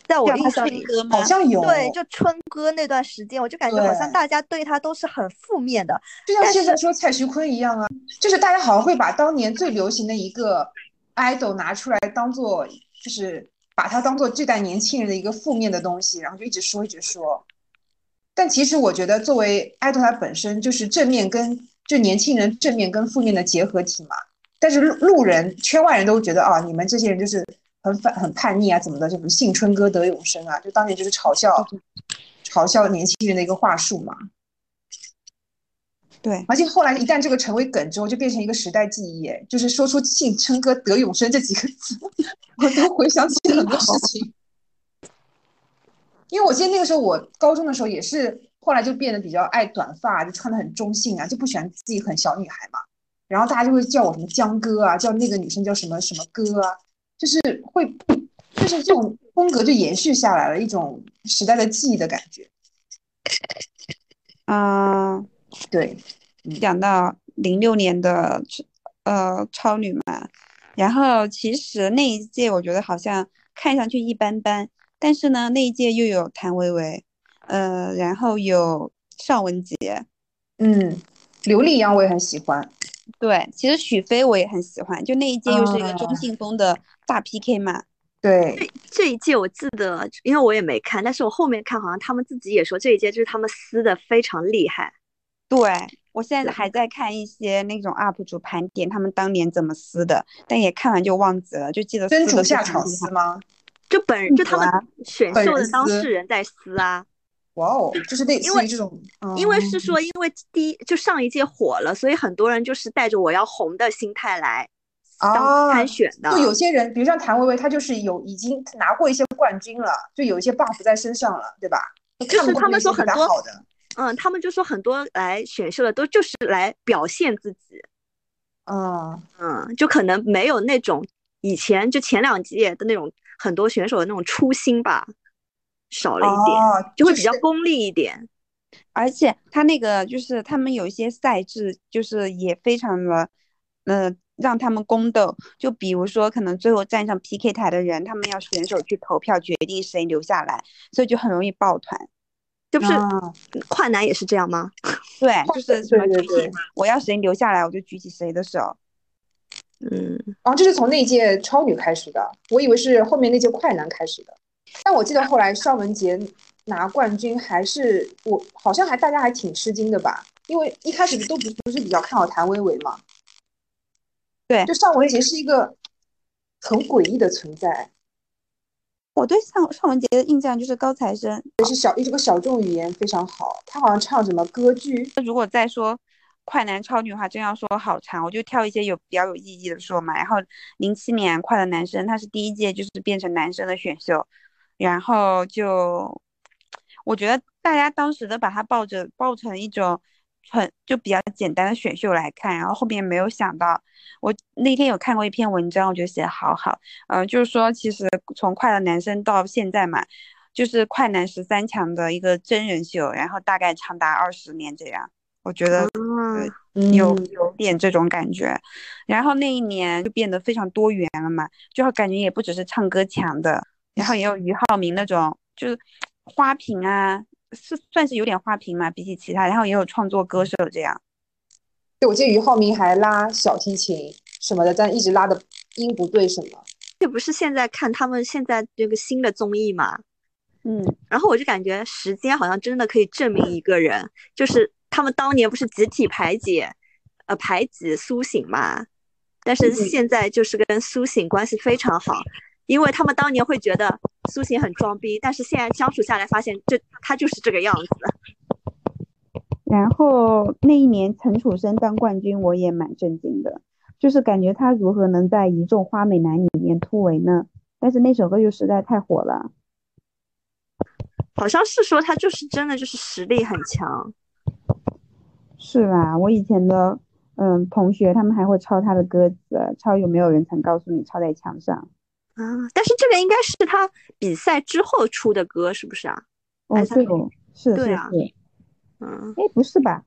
Speaker 4: 在我
Speaker 2: 叫她
Speaker 4: 的
Speaker 3: 啊
Speaker 4: 印
Speaker 2: 唱
Speaker 4: 象里，
Speaker 2: 歌吗
Speaker 3: 好？像有，
Speaker 4: 对，就春哥那段时间，我就感觉好像
Speaker 3: 对
Speaker 4: 大家对他都是很负面的。
Speaker 3: 就像现在说蔡徐坤一样啊，就是大家好像会把当年最流行的一个 idol 拿出来当做，就是把它当做这代年轻人的一个负面的东西，然后就一直说一直说。但其实我觉得，作为 idol 它本身就是正面跟就年轻人正面跟负面的结合体嘛。但是路路人圈外人都觉得啊，你们这些人就是很反很叛逆啊，怎么的，就什么信春哥得永生啊，就当年就是嘲笑嘲笑年轻人的一个话术嘛。
Speaker 2: 对，
Speaker 3: 而且后来一旦这个成为梗之后，就变成一个时代记忆，就是说出“庆琛哥得永生”这几个字， *laughs* 我都回想起很多事情。因为我记得那个时候，我高中的时候也是，后来就变得比较爱短发，就穿的很中性啊，就不喜欢自己很小女孩嘛。然后大家就会叫我什么江哥啊，叫那个女生叫什么什么哥啊，就是会，就是这种风格就延续下来了，一种时代的记忆的感觉。
Speaker 2: 啊、
Speaker 3: 对，
Speaker 2: 讲到零六年的呃超女嘛，然后其实那一届我觉得好像看上去一般般，但是呢那一届又有谭维维，呃，然后有尚雯婕，
Speaker 3: 嗯，刘力扬我也很喜欢。
Speaker 2: 对，其实许飞我也很喜欢，就那一届又是一个中
Speaker 3: 啊
Speaker 2: 性风的大 PK 嘛，
Speaker 3: 对，
Speaker 4: 这一届我记得，因为我也没看，但是我后面看好像他们自己也说这一届就是他们撕的非常厉害。
Speaker 2: 对。我现在还在看一些那种 UP 主盘点他们当年怎么撕的，但也看完就忘记了，就记
Speaker 4: 呃
Speaker 2: 得
Speaker 3: 真
Speaker 2: 撕
Speaker 3: 主
Speaker 2: 的非
Speaker 3: 下
Speaker 2: 常
Speaker 3: 场
Speaker 2: 厉害
Speaker 3: 撕吗？
Speaker 4: 就本就他们
Speaker 2: 有啊
Speaker 4: 选
Speaker 3: 嗯本
Speaker 4: 秀
Speaker 3: 人
Speaker 4: 的当
Speaker 3: 撕
Speaker 4: 事人在撕啊，
Speaker 3: 哇哦，就是类
Speaker 4: 因
Speaker 3: 似
Speaker 4: 为
Speaker 3: 于这种，
Speaker 4: 因为
Speaker 3: 嗯
Speaker 4: 是说因为第一就上一届火了，所以很多人就是带着我要红的心态来当
Speaker 3: 啊
Speaker 4: 参选的。
Speaker 3: 就有些人，比如像谭维维，她就是有已经拿过一些冠军了，就有一些 buff 在身上了，对吧？
Speaker 4: 就是
Speaker 3: 看不
Speaker 4: 他们
Speaker 3: 出
Speaker 4: 说
Speaker 3: 来是
Speaker 4: 很
Speaker 3: 比她
Speaker 4: 多
Speaker 3: 好的，
Speaker 4: 嗯，他们就说很多来选秀的都就是来表现自己，
Speaker 3: 嗯，
Speaker 4: 嗯，就可能没有那种以前就前两届的那种很多选手的那种初心吧，少了一点，
Speaker 3: 哦，
Speaker 4: 就会
Speaker 3: 是
Speaker 4: 比较功利一点。
Speaker 2: 而且他那个就是他们有一些赛制，就是也非常的，呃，让他们宫斗。就比如说，可能最后站上 PK 台的人，他们要选手去投票决定谁留下来，所以就很容易抱团。
Speaker 4: 这不是
Speaker 3: 嗯
Speaker 4: 快男也是这样吗？
Speaker 2: 对，就是什么
Speaker 3: 哦对对
Speaker 2: 举
Speaker 3: 对
Speaker 2: 起我要谁留下来，我就举起谁的手。
Speaker 4: 嗯，
Speaker 3: 哦，这是从那届超女开始的，我以为是后面那届快男开始的，但我记得后来尚雯婕拿冠军还是我好像还大家还挺吃惊的吧，因为一开始都不不是比较看好谭维维嘛，
Speaker 2: 对
Speaker 3: 就尚雯婕是一个很诡异的存在，
Speaker 2: 我对尚尚雯婕的印象就是高材生，
Speaker 3: 就是小这个小众语言非常好，她好像唱什么歌剧，
Speaker 2: 如果再说快男超女的话，真要说好长，我就挑一些有比较有意义的说嘛。然后零七年快乐男生，他是第一届就是变成男生的选秀，然后就我觉得大家当时都把它抱着抱成一种很就比较简单的选秀来看，然后后面没有想到，我那天有看过一篇文章，我觉得写的好好，嗯、呃，就是说其实从快乐男生到现在嘛，就是快男十三强的一个真人秀，然后大概长达二十年这样，我觉得
Speaker 4: 啊，
Speaker 2: 有
Speaker 3: 嗯
Speaker 2: 有点这种感觉。然后那一年就变得非常多元了嘛，就感觉也不只是唱歌强的，然后也有俞灏明那种就是花瓶啊，是算是有点花瓶嘛，比起其他，然后也有创作歌手这样。
Speaker 5: 对，我记得俞灏明还拉小提琴什么的，但一直拉的音不对什么。
Speaker 4: 这不是现在看他们现在这个新的综艺嘛？
Speaker 2: 嗯，
Speaker 4: 然后我就感觉时间好像真的可以证明一个人，就是他们当年不是集体排解，呃，排挤苏醒嘛，但是现在就是跟苏醒关系非常好，因为他们当年会觉得苏醒很装逼，但是现在相处下来发现这他就是这个样子。
Speaker 2: 然后那一年陈楚生当冠军，我也蛮震惊的，就是感觉他如何能在一众花美男里面突围呢？但是那首歌又实在太火了。
Speaker 4: 好像是说他就是真的就是实力很强，
Speaker 2: 是吧？我以前的嗯同学，他们还会抄他的歌词，抄有没有人曾告诉你，抄在墙上。
Speaker 4: 啊，但是这个应该是他比赛之后出的歌，是不是啊？
Speaker 2: 哦，
Speaker 4: 哎他
Speaker 2: 对哦，是是
Speaker 4: 对
Speaker 2: 是，
Speaker 4: 啊嗯
Speaker 2: 哎，不是吧？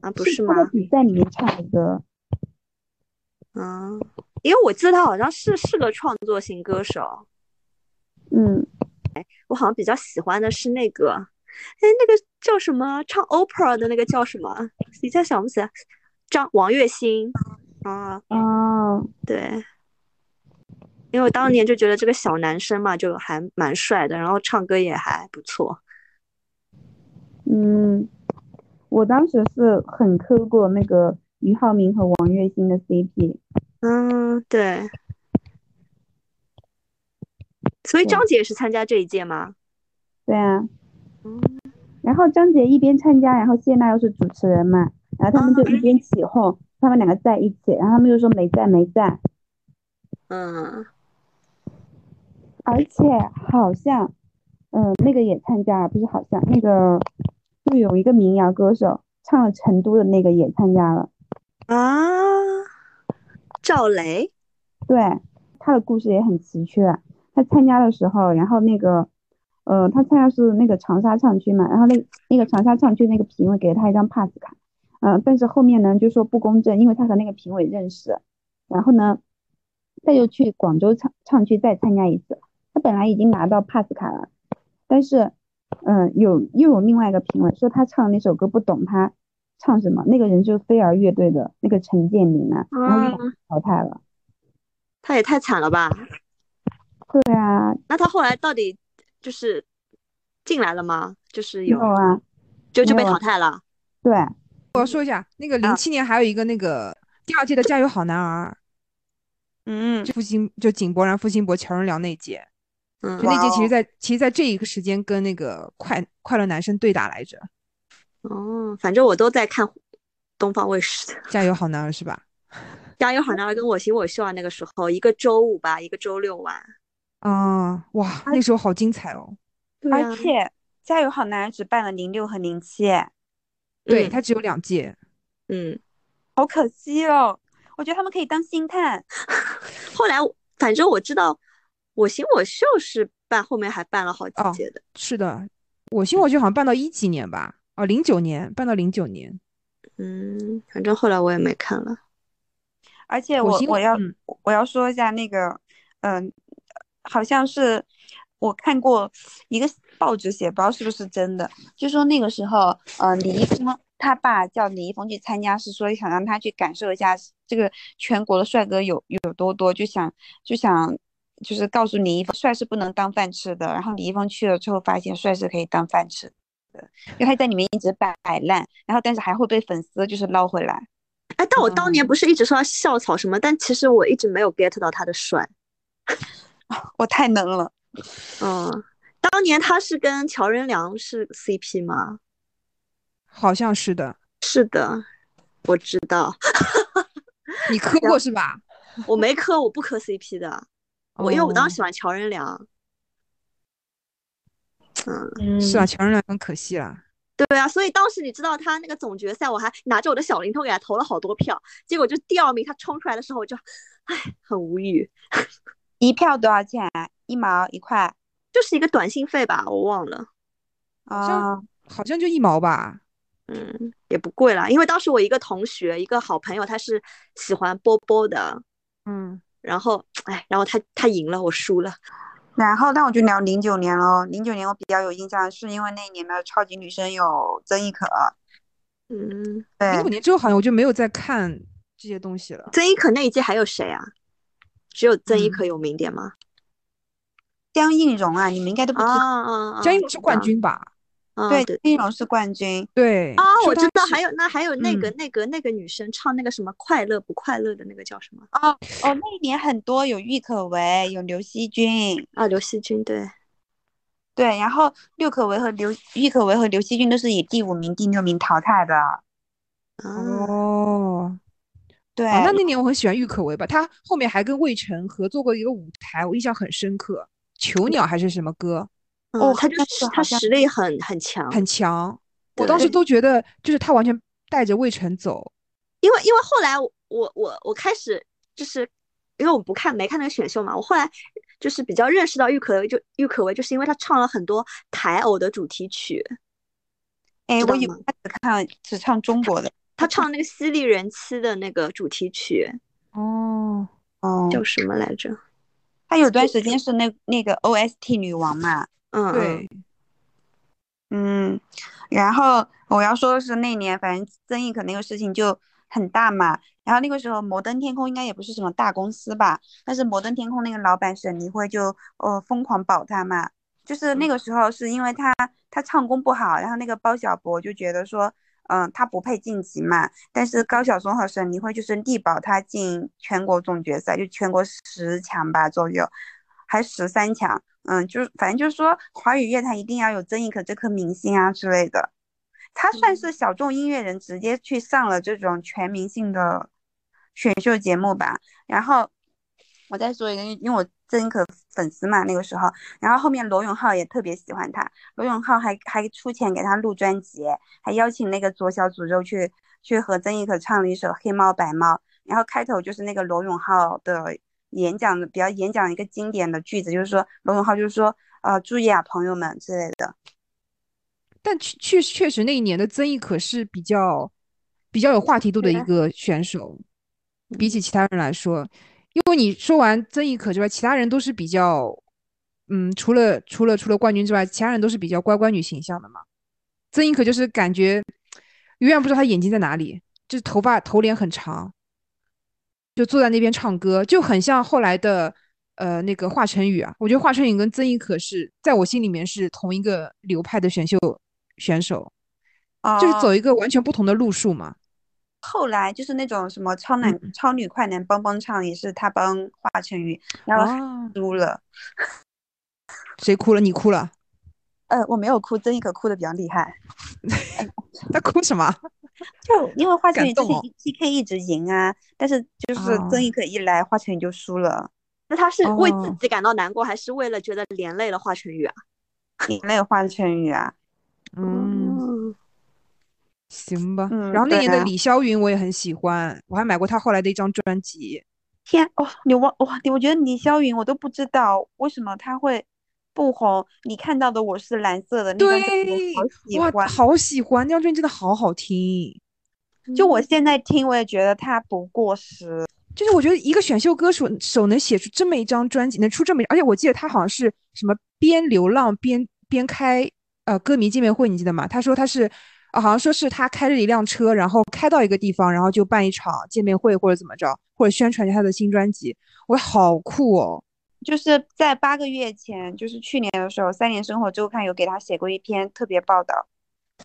Speaker 4: 啊，不是吗
Speaker 2: 他？在比赛里面唱的歌，
Speaker 4: 嗯，因为我记得他好像是是个创作型歌手，
Speaker 2: 嗯，
Speaker 4: 我好像比较喜欢的是那个，哎，那个叫什么唱 opera 的那个叫什么？一下想不起来，张王栎鑫啊，
Speaker 2: 哦，
Speaker 4: 对，因为我当年就觉得这个小男生嘛，就还蛮帅的，然后唱歌也还不错。
Speaker 2: 嗯，我当时是很磕过那个俞灏明和王栎鑫的 CP，
Speaker 4: 嗯，对。所以
Speaker 2: 对
Speaker 4: 张姐也是参加这一届吗？
Speaker 2: 对啊
Speaker 4: 嗯，
Speaker 2: 然后张杰一边参加，然后谢娜又是主持人嘛，然后他
Speaker 4: 啊
Speaker 2: 们就一边起哄，他们两个在一起，然后他们就说没在没在，
Speaker 4: 嗯，
Speaker 2: 而且好像，嗯，那个也参加了，不是好像那个，就有一个民谣歌手唱了成都的那个也参加了，
Speaker 4: 啊，赵雷，
Speaker 2: 对，他的故事也很奇趣啊。他参加的时候，然后那个，呃，他参加是那个长沙唱区嘛，然后那那个长沙唱区那个评委给了他一张 pass 卡，嗯、但是后面呢就说不公正，因为他和那个评委认识，然后呢，他又去广州唱唱区再参加一次，他本来已经拿到 pass 卡了，但是，嗯、有又有另外一个评委说他唱那首歌不懂他唱什么，那个人就是飞儿乐队的那个陈建明啊，然后就把他淘汰了。
Speaker 4: 他嗯也太惨了吧？
Speaker 2: 对啊，
Speaker 4: 那他后来到底就是进来了吗？就是有，
Speaker 2: 啊，
Speaker 4: 就就被
Speaker 2: 没有
Speaker 4: 淘汰了。
Speaker 2: 对，
Speaker 3: 我要说一下，
Speaker 4: 啊
Speaker 3: 那个零七年还有一个那个第二届的《加油好男儿
Speaker 1: 嗯》，，
Speaker 3: 就付辛就井柏然、付辛博、乔任梁那一届，
Speaker 4: 嗯
Speaker 3: 就，那届
Speaker 5: 哇
Speaker 3: 其
Speaker 5: 哦
Speaker 3: 实在其实在这一个时间跟那个快快乐男生对打来着，
Speaker 4: 哦，反正我都在看东方卫视的《
Speaker 3: 《加油好男儿》是吧？
Speaker 4: 加油好男儿》跟《我行我秀》啊，那个时候一个周五吧，一个周六晚。
Speaker 3: 啊，哇，
Speaker 4: 哎
Speaker 3: 那时候好精彩哦！
Speaker 4: 对啊
Speaker 2: 而且《加油好男儿》只办了零六和零七，
Speaker 3: 对，
Speaker 4: 嗯
Speaker 3: 他只有两届，
Speaker 4: 嗯，
Speaker 2: 好可惜哦。我觉得他们可以当星探，
Speaker 4: 后来反正我知道《我行我秀》是办后面还办了好几
Speaker 3: 哦
Speaker 4: 届的。
Speaker 3: 是的，我新我就好像办到一几年吧，哦，零九年办到零九年，
Speaker 4: 嗯，反正后来我也没看了。
Speaker 2: 而且
Speaker 3: 我
Speaker 2: 我
Speaker 3: 心
Speaker 2: 我要、
Speaker 3: 嗯
Speaker 2: 我要说一下那个，嗯、好像是我看过一个报纸写，不知道是不是真的，就说那个时候，呃，李易峰他爸叫李易峰去参加，是说想让他去感受一下这个全国的帅哥有有多多，就想就想就是告诉李易峰，帅是不能当饭吃的。然后李易峰去了之后，发现帅是可以当饭吃的，因为他在里面一直摆烂，然后但是还会被粉丝就是捞回来。
Speaker 4: 哎，但我当年不是一直说他是校草什么，但其实我一直没有 get 到他的帅。
Speaker 2: 我太能了，
Speaker 4: 嗯，当年他是跟乔任梁是 CP 吗？
Speaker 3: 好像是的，
Speaker 4: 是的，我知道，
Speaker 3: 你磕过是吧？
Speaker 4: 我没磕，我不磕 CP 的，我因为我当时喜欢乔任梁。
Speaker 3: 哦是
Speaker 4: 嗯
Speaker 3: 啊，
Speaker 1: 啊，
Speaker 3: 乔任梁很可惜啦，
Speaker 4: 对啊，所以当时你知道他那个总决赛，我还拿着我的小灵通给他投了好多票，结果就第二名他冲出来的时候，我就，唉，很无语，
Speaker 2: 一票多少钱啊？一毛一块
Speaker 4: 就是一个短信费吧，我忘了，
Speaker 3: 像
Speaker 2: 啊、
Speaker 3: 好像就一毛吧。
Speaker 4: 嗯，也不贵啦，因为当时我一个同学，一个好朋友，他是喜欢波波的，哎
Speaker 3: 嗯，
Speaker 4: 然后，唉，然后他他赢了，我输了，
Speaker 2: 然后，那我就聊零九年喽。零九年我比较有印象，是因为那一年的超级女声有曾轶可，
Speaker 4: 嗯，
Speaker 2: 对
Speaker 3: 零五，年之后好像我就没有再看这些东西了。
Speaker 4: 曾轶可那一届还有谁啊？只有曾轶
Speaker 3: 嗯
Speaker 4: 可有名点吗？
Speaker 2: 江映蓉啊，你们应该都不记
Speaker 4: 啊
Speaker 2: 得，
Speaker 4: 啊啊！
Speaker 2: 哦
Speaker 3: 江一是冠军吧？
Speaker 4: 啊，
Speaker 2: 对，
Speaker 4: 对
Speaker 2: 江映蓉是冠军，
Speaker 3: 对
Speaker 2: 哦
Speaker 4: 啊，
Speaker 3: 是
Speaker 4: 我知
Speaker 3: 他
Speaker 4: 道，
Speaker 3: 是
Speaker 4: 还有那还有那个那个那个女生唱那个什么快乐不快乐的那个叫什么
Speaker 2: 哦，那一年很多有郁可唯，有刘惜君，
Speaker 4: 啊？刘惜君对，
Speaker 2: 对，然后郁可唯和刘郁可唯和刘惜君都是以第五名、第六名淘汰的。
Speaker 4: 啊，
Speaker 3: 哦，
Speaker 2: 对，
Speaker 3: 啊，那那年我很喜欢郁可唯吧，她后面还跟魏晨合作过一个舞台，我印象很深刻，《囚鸟》还是什么歌，
Speaker 4: 哦
Speaker 2: 哦
Speaker 4: 她就
Speaker 2: 那
Speaker 4: 是
Speaker 2: 个
Speaker 4: 她
Speaker 2: 好像
Speaker 4: 实力很很强，
Speaker 3: 很强。我
Speaker 4: 对
Speaker 3: 当时都觉得，就是她完全带着魏晨走。
Speaker 4: 因为因为后来我我我开始就是因为我不看没看那个选秀嘛，我后来就是比较认识到郁可唯，就郁可唯就是因为她唱了很多台偶的主题曲，
Speaker 2: 哎，
Speaker 4: 知道
Speaker 2: 我有
Speaker 4: 吗
Speaker 2: 开始看只唱中国的，
Speaker 4: 她唱那个《犀利人妻》的那个主题曲
Speaker 3: 哦，
Speaker 2: 哦，
Speaker 4: 叫什么来着？
Speaker 2: 她有段时间是那那个 OST 女王嘛，
Speaker 4: 嗯，嗯
Speaker 3: 对，
Speaker 2: 嗯，然后我要说的是那年，反正曾轶可那个事情就很大嘛。然后那个时候，摩登天空应该也不是什么大公司吧，但是摩登天空那个老板沈黎辉就呃疯狂保他嘛。就是那个时候是因为他他唱功不好，然后那个包小柏就觉得说，嗯、他不配晋级嘛。但是高晓松和沈黎辉就是力保他进全国总决赛，就全国十强吧左右，还十三强。嗯，就是反正就是说，华语乐坛一定要有曾轶可这颗明星啊之类的。他算是小众音乐人，直接去上了这种全明星的选秀节目吧。然后我再说一个，因为我曾轶可粉丝嘛，那个时候，然后后面罗永浩也特别喜欢他，罗永浩还还出钱给他录专辑，还邀请那个左小诅咒去去和曾轶可唱了一首《黑猫白猫》，然后开头就是那个罗永浩的演讲的比较演讲一个经典的句子，就是说罗永浩就是说呃注意啊朋友们之类的，
Speaker 3: 但确确实确实那一年的曾轶可是比较比较有话题度的一个选手，比起其他人来说，因为你说完曾轶可之外，其他人都是比较，嗯，除了除了除了冠军之外，其他人都是比较乖乖女形象的嘛。曾轶可就是感觉永远不知道她眼睛在哪里，就是头发头脸很长，就坐在那边唱歌，就很像后来的呃那个华晨宇啊。我觉得华晨宇跟曾轶可是在我心里面是同一个流派的选秀选手，
Speaker 2: 哦
Speaker 3: 就是走一个完全不同的路数嘛。
Speaker 2: 后来就是那种什么超男、
Speaker 3: 嗯
Speaker 2: 超女快男帮帮唱也是他帮华晨宇，然后
Speaker 3: 啊，
Speaker 2: 输了，
Speaker 3: 谁哭了？你哭了？
Speaker 2: 呃我没有哭，曾轶可哭的比较厉害，
Speaker 3: 他哭什么？
Speaker 2: 就因为华晨宇
Speaker 3: 感
Speaker 2: 之
Speaker 3: 动
Speaker 2: 前
Speaker 3: 哦
Speaker 2: PK 一直赢啊，但是就是
Speaker 3: 哦
Speaker 2: 曾轶可一来，华晨宇就输了， *laughs*
Speaker 4: 那她是为自
Speaker 3: 哦
Speaker 4: 己感到难过，还是为了觉得连累了华晨宇啊？
Speaker 2: 也没有华晨宇啊，
Speaker 3: 嗯，
Speaker 4: 嗯，
Speaker 3: 行吧。
Speaker 2: 嗯
Speaker 3: 然后那
Speaker 2: 对
Speaker 3: 年的
Speaker 2: 啊
Speaker 3: 李霄云我也很喜欢，我还买过他后来的一张专辑。
Speaker 2: 天哦，你忘哇，你我觉得李霄云我都不知道为什么他会不红。你看到的我是蓝色的那张专辑，
Speaker 3: 对
Speaker 2: 我好，喜
Speaker 3: 哇，
Speaker 2: 欢。
Speaker 3: 好喜欢那张专辑，真的好好听。
Speaker 2: 就我现在听，我也觉得他不过时。
Speaker 3: 就是我觉得一个选秀歌手手能写出这么一张专辑，能出这么一，而且我记得他好像是什么边流浪边边开呃歌迷见面会，你记得吗？他说他是，啊好像说是他开着一辆车，然后开到一个地方，然后就办一场见面会或者怎么着，或者宣传一下他的新专辑。我说好酷哦，
Speaker 2: 就是在八个月前，就是去年的时候，《三联生活周刊》有给他写过一篇特别报道，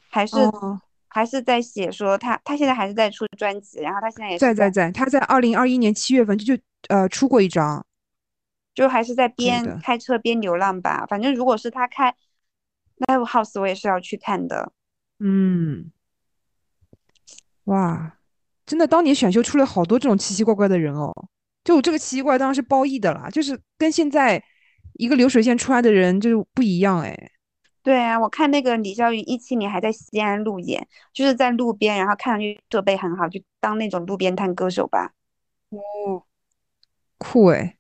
Speaker 2: 还是、
Speaker 3: 哦
Speaker 2: 还是在写说他他现在还是在出专辑，然后他现在也是
Speaker 3: 在在在，他在二零二一年七月份就就呃出过一张，
Speaker 2: 就还是在
Speaker 3: 的
Speaker 2: 边开车边流浪吧。反正如果是他开 Live House，我也是要去看的。
Speaker 3: 嗯，哇，真的，当年选秀出了好多这种奇奇怪怪的人哦。就我这个奇奇怪当然是褒义的啦，就是跟现在一个流水线出来的人就是不一样哎。
Speaker 2: 对啊，我看那个李霄云一七年还在西安路演，就是在路边，然后看上去设备很好，就当那种路边摊歌手吧。
Speaker 3: 酷哎。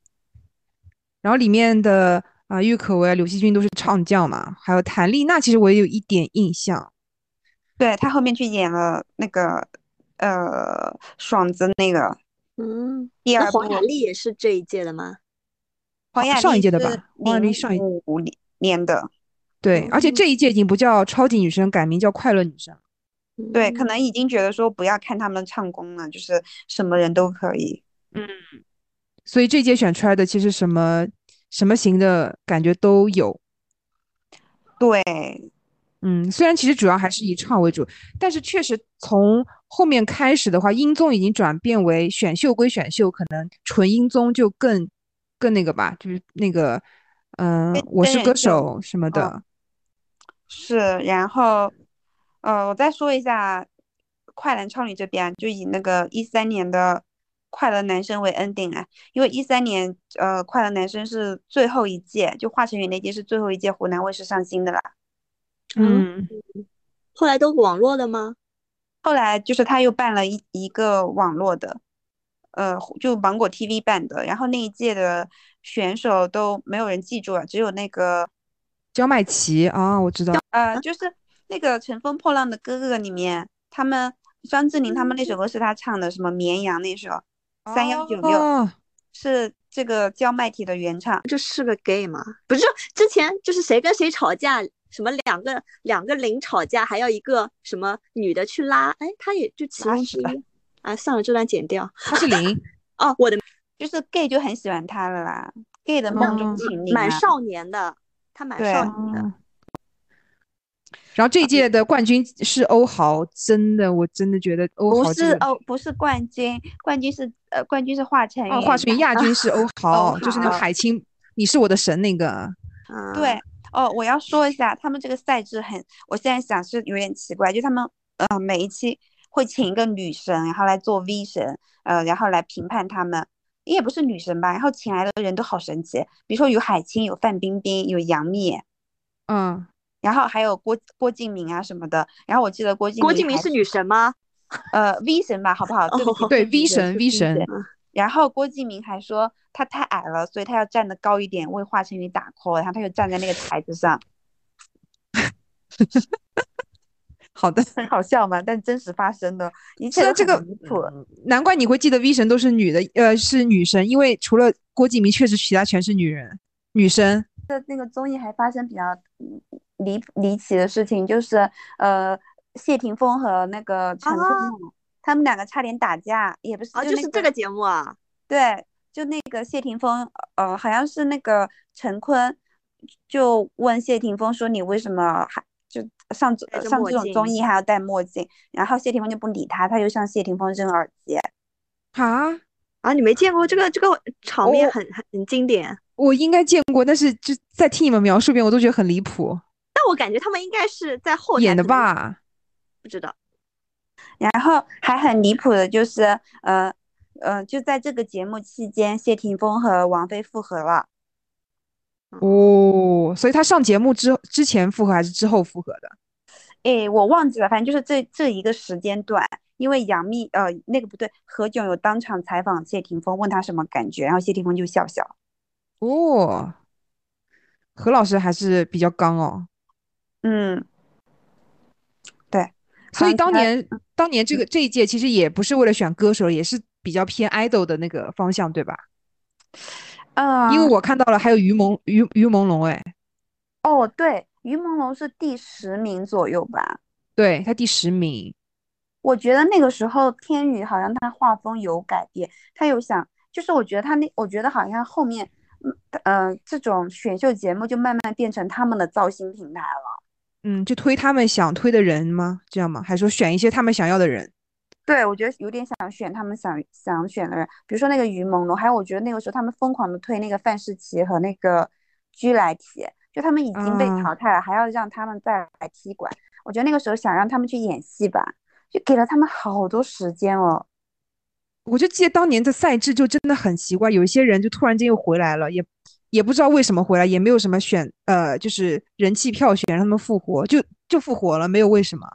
Speaker 3: 然后里面的啊，郁可唯、啊、刘惜君都是唱将嘛，还有谭丽娜，其实我也有一点印象。
Speaker 2: 对，他后面去演了那个呃爽子那个
Speaker 4: 嗯，
Speaker 2: 第
Speaker 4: 那
Speaker 2: 二部，
Speaker 4: 黄雅莉也是这一届的吗？
Speaker 2: 黄雅莉
Speaker 3: 哦上一届的嗯吧黄雅莉
Speaker 2: 零
Speaker 3: 上一
Speaker 2: 五年的，
Speaker 3: 对，而且这一届已经不叫超级女声，改名叫快乐女声了。
Speaker 2: 对，
Speaker 4: 嗯
Speaker 2: 可能已经觉得说不要看他们唱功了，就是什么人都可以。
Speaker 3: 所以这届选出来的其实什么什么型的感觉都有。
Speaker 2: 对，
Speaker 3: 嗯，虽然其实主要还是以唱为主，但是确实从后面开始的话，音综已经转变为选秀归选秀，可能纯音综就更更那个吧，就是那个，嗯、
Speaker 2: 跟
Speaker 3: 我
Speaker 2: 真
Speaker 3: 是
Speaker 2: 人
Speaker 3: 歌
Speaker 2: 秀
Speaker 3: 手什么
Speaker 2: 哦
Speaker 3: 的。
Speaker 2: 是，然后，呃，我再说一下快男超女这边啊，就以那个一三年的快乐男生为 ending 啊，因为一三年呃快乐男生是最后一届，就华晨宇那届是最后一届湖南卫视上新的啦。
Speaker 3: 嗯，
Speaker 4: 后来都网络的吗？
Speaker 2: 后来就是他又办了一一个网络的，呃，就芒果 TV 办的，然后那一届的选手都没有人记住啊，只有那个
Speaker 3: 焦麦琪啊，我知道。
Speaker 2: 呃，就是那个《乘风破浪的哥哥》里面，他们张智霖他们
Speaker 3: 嗯
Speaker 2: 那首歌是他唱的，什么《绵羊》那首，三幺九六
Speaker 3: 哦
Speaker 2: 是这个焦麦体的原唱，
Speaker 4: 就是个 gay 嘛，不是之前就是谁跟谁吵架，什么两个两个零吵架，还要一个什么女的去拉，哎，他也就其
Speaker 2: 拉
Speaker 4: 中之
Speaker 2: 屎
Speaker 4: 一啊。算了，这段剪掉。
Speaker 3: 他
Speaker 2: *laughs*
Speaker 3: 是零，
Speaker 4: 哦，我的
Speaker 2: 就是 gay 就很喜欢他了啦，gay 的梦中
Speaker 3: 哦
Speaker 2: 情侣
Speaker 4: 蛮
Speaker 2: 啊
Speaker 4: 少年的，他蛮
Speaker 2: 对
Speaker 4: 少年的。
Speaker 3: 嗯然后这一届的冠军是欧豪，真的，我真的觉得欧
Speaker 2: 不
Speaker 3: 豪
Speaker 2: 是
Speaker 3: 真的
Speaker 2: 哦，不是冠军，冠军是呃冠军是华晨宇，
Speaker 3: 哦，华晨宇亚
Speaker 2: *laughs*
Speaker 3: 军是欧豪，就是那个
Speaker 2: 豪
Speaker 3: 海清，你是我的神那个。
Speaker 4: 啊，
Speaker 2: 对，哦，我要说一下，他们这个赛制很，我现在想是有点奇怪，就他们呃每一期会请一个女神，然后来做 V 神，呃，然后来评判他们，也不是女神吧，然后请来的人都好神奇，比如说有海清，有范冰冰，有杨幂，
Speaker 3: 嗯，
Speaker 2: 然后还有郭郭敬明啊什么的，然后我记得郭敬
Speaker 4: 郭敬明
Speaker 2: 还
Speaker 4: 是女哦神吗？
Speaker 2: 呃 V 神吧，好不好？对不起，
Speaker 3: 对
Speaker 2: 不起
Speaker 3: V
Speaker 2: 是
Speaker 3: 神，V 神。
Speaker 4: 嗯
Speaker 2: 然后郭敬明还说他太矮了，所以他要站得高一点为华晨宇打 call，然后他就站在那个台子上。
Speaker 3: 好的。
Speaker 2: 很好笑嘛，但真实发生的，一切
Speaker 3: 是
Speaker 2: 都
Speaker 3: 啊这
Speaker 2: 很
Speaker 3: 个
Speaker 2: 离谱。
Speaker 3: 难怪你会记得 V 神都是女的，呃，是女神，因为除了郭敬明，确实其他全是女人，女生。
Speaker 2: *clears throat* 那个综艺还发生比较嗯离离奇的事情，就是呃，谢霆锋和那个陈坤嘛，
Speaker 4: 啊
Speaker 2: 他们两个差点打架，也不是
Speaker 4: 啊，
Speaker 2: 就
Speaker 4: 就
Speaker 2: 那
Speaker 4: 是这个节目啊。
Speaker 2: 对，就那个谢霆锋，呃，好像是那个陈坤就问谢霆锋说你为什么还就上这
Speaker 4: 戴着
Speaker 2: 上
Speaker 4: 墨
Speaker 2: 这种综
Speaker 4: 镜
Speaker 2: 艺还要戴墨镜，然后谢霆锋就不理他，他又向谢霆锋扔耳机。
Speaker 3: 啊，
Speaker 4: 啊，你没见过这个这个场面
Speaker 3: 哦
Speaker 4: 很很很经典，
Speaker 3: 我应该见过，但是就在听你们描述一遍，我都觉得很离谱，
Speaker 4: 但我感觉他们应该是在后台
Speaker 3: 哦演的
Speaker 4: 可能？
Speaker 3: 吧？
Speaker 4: 不知道，
Speaker 2: 然后还很离谱的就是，呃呃，就在这个节目期间，谢霆锋和王菲复合了。
Speaker 3: 哦，所以他上节目之之前复合还是之后复合的？
Speaker 2: 诶，我忘记了，反正就是这这一个时间段，因为杨幂呃那个不对，何炅有当场采访谢霆锋，问他什么感觉，然后谢霆锋就笑笑。
Speaker 3: 哦，何老师还是比较刚哦，
Speaker 2: 嗯，对，
Speaker 3: 所以
Speaker 2: 好
Speaker 3: 当
Speaker 2: 那
Speaker 3: 年当年这个这一届其实也不是为了选歌手，也是比较偏 idol 的那个方向，对吧？
Speaker 2: 嗯，
Speaker 3: 因为我看到了还有于朦于于朦胧，哎，
Speaker 2: 哦对，于朦胧是第十名左右吧。
Speaker 3: 对，他第十名。
Speaker 2: 我觉得那个时候天宇好像他画风有改变，他有想，就是我觉得他那，我觉得好像后面，嗯，呃，这种选秀节目就慢慢变成他们的造星平台了。
Speaker 3: 嗯，就推他们想推的人吗？这样吗？还说选一些他们想要的人？
Speaker 2: 对，我觉得有点想选他们想想选的人，比如说那个于朦胧，还有我觉得那个时候他们疯狂的推那个范世琦和那个居来提，就他们已经被
Speaker 3: 啊
Speaker 2: 淘汰了，还要让他们再来踢馆。我觉得那个时候想让他们去演戏吧，就给了他们好多时间哦。
Speaker 3: 我就记得当年的赛制就真的很奇怪，有一些人就突然间又回来了，也也不知道为什么回来，也没有什么选呃，就是人气票选让他们复活，就就复活了，没有为什么。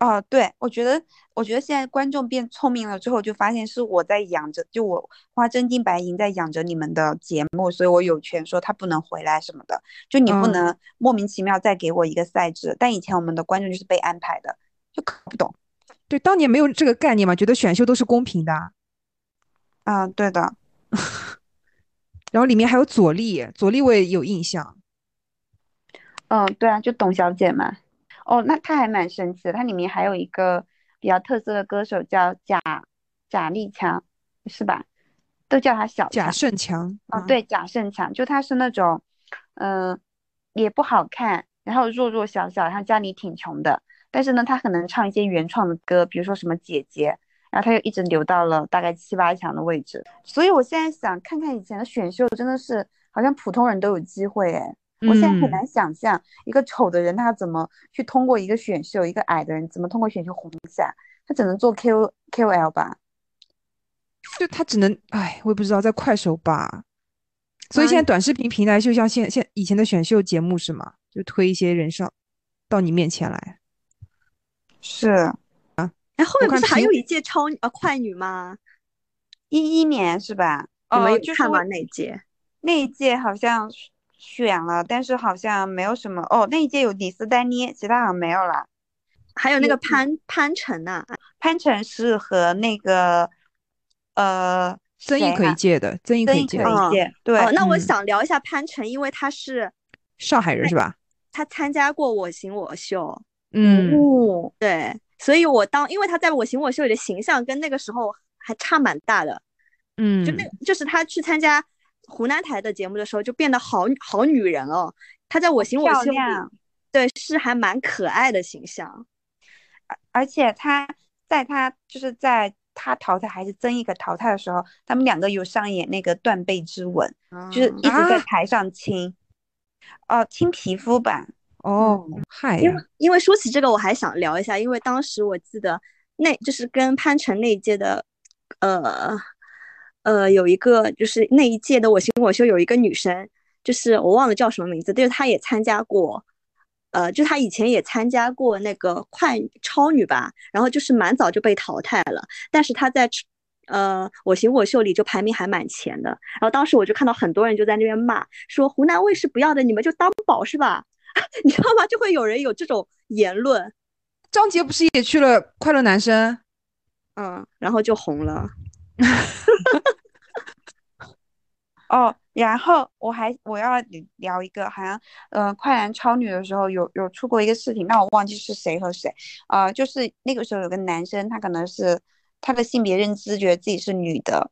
Speaker 2: 哦，对，我觉得，我觉得现在观众变聪明了之后，就发现是我在养着，就我花真金白银在养着你们的节目，所以我有权说他不能回来什么的。就你不
Speaker 3: 嗯
Speaker 2: 能莫名其妙再给我一个赛制，但以前我们的观众就是被安排的，就搞不懂。
Speaker 3: 对，当年没有这个概
Speaker 2: 嗯
Speaker 3: 念嘛，觉得选秀都是公平的啊。
Speaker 2: 啊、对的。
Speaker 3: 然后里面还有左立，左立我也有印象。
Speaker 2: 嗯，对啊，就董小姐嘛。哦，那她还蛮神奇的，它里面还有一个比较特色的歌手叫贾贾立强，是吧？都叫他小
Speaker 3: 贾
Speaker 2: 强。
Speaker 3: 盛强
Speaker 2: 啊，对，贾盛强，就他是那种，嗯、也不好看，然后弱弱小小，然后家里挺穷的，但是呢，他很能唱一些原创的歌，比如说什么《姐姐》，然后他又一直留到了大概七八强的位置。所以我现在想看看以前的选秀，真的是好像普通人都有机会哎。我现在很
Speaker 3: 嗯
Speaker 2: 难想象一个丑的人他怎么去通过一个选秀，一个矮的人怎么通过选秀红起来，他只能做 Q QL 吧？
Speaker 3: 就他只能，哎，我也不知道，在快手吧。
Speaker 4: 嗯
Speaker 3: 所以现在短视频平台就像现现以前的选秀节目是吗？就推一些人上到你面前来。
Speaker 2: 是
Speaker 4: 哎，后面不
Speaker 3: 看
Speaker 4: 是还
Speaker 3: 评
Speaker 4: 有一届超呃快女吗？
Speaker 2: 一一年是吧？
Speaker 4: 你们
Speaker 3: 哦
Speaker 4: 有
Speaker 3: 就是
Speaker 4: 看
Speaker 3: 会
Speaker 4: 吗？那一届？
Speaker 2: 那一届好像是选了，但是好像没有什么哦。那一届有李斯丹妮，其他好像没有了。
Speaker 4: 还有那个
Speaker 2: 有
Speaker 4: 潘潘晨啊呐、
Speaker 2: 潘辰是和那个呃
Speaker 3: 曾轶
Speaker 4: 啊
Speaker 3: 可一届的，曾轶可
Speaker 2: 曾
Speaker 3: 一
Speaker 2: 轶
Speaker 3: 届
Speaker 2: 可
Speaker 3: 的，
Speaker 2: 一
Speaker 4: 嗯
Speaker 2: 届，对，
Speaker 4: 哦，那我
Speaker 3: 嗯
Speaker 4: 想聊一下潘晨，因为他是
Speaker 3: 上海人是吧？
Speaker 4: 他参加过《我行我秀》，
Speaker 3: 嗯，
Speaker 2: 哦，
Speaker 4: 对，所以我当因为他在《我行我秀》里的形象跟那个时候还差蛮大的，
Speaker 3: 嗯，
Speaker 4: 就那个就是他去参加湖南台的节目的时候，就变得好好女人哦。他在《我行我
Speaker 2: 漂
Speaker 4: 秀》
Speaker 2: 亮
Speaker 4: 里，。对，是还蛮可爱的形象。
Speaker 2: 而且他在他就是在他淘汰还是曾轶可淘汰的时候，他们两个有上演那个断背之吻，就是一直在
Speaker 3: 啊
Speaker 2: 台上亲，哦、亲皮肤吧，
Speaker 3: 哦，
Speaker 4: 嗯
Speaker 3: 嗨
Speaker 4: 因
Speaker 3: 呀
Speaker 4: 为，因为说起这个，我还想聊一下，因为当时我记得那就是跟潘晨那一届的，呃呃，有一个就是那一届的我行我秀有一个女生，就是我忘了叫什么名字，但是她也参加过，呃，就她以前也参加过那个快超女吧，然后就是蛮早就被淘汰了，但是她在超。呃，我行我秀里就排名还蛮前的，然后当时我就看到很多人就在那边骂，说湖南卫视不要的，你们就当 *laughs* 宝是吧？你知道吗？就会有人有这种言论，
Speaker 3: 张杰不是也去了《快乐男生》？
Speaker 4: 嗯，然后就红了。
Speaker 2: 哦，然后我还我要聊一个，好像嗯、呃快男超女的时候有有出过一个事情，但我忘记是谁和谁，呃，就是那个时候有个男生，他可能是他的性别认知觉得自己是女的，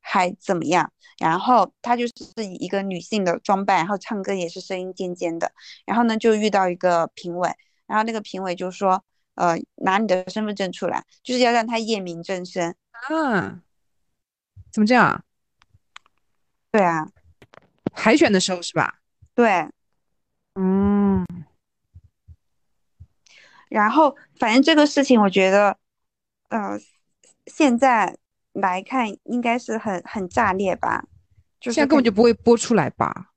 Speaker 2: 还怎么样，然后他就是以一个女性的装扮，然后唱歌也是声音尖尖的，然后呢就遇到一个评委，然后那个评委就说，呃，拿你的身份证出来，就是要让他验明正身，
Speaker 3: 啊，怎么这样啊？
Speaker 2: 对啊，
Speaker 3: 海选的时候是吧？
Speaker 2: 对。
Speaker 3: 嗯，
Speaker 2: 然后，反正这个事情，我觉得，呃，现在来看应该是很很炸裂吧，就
Speaker 3: 现
Speaker 2: 是
Speaker 3: 在根
Speaker 2: 肯
Speaker 3: 本就不会播出来吧？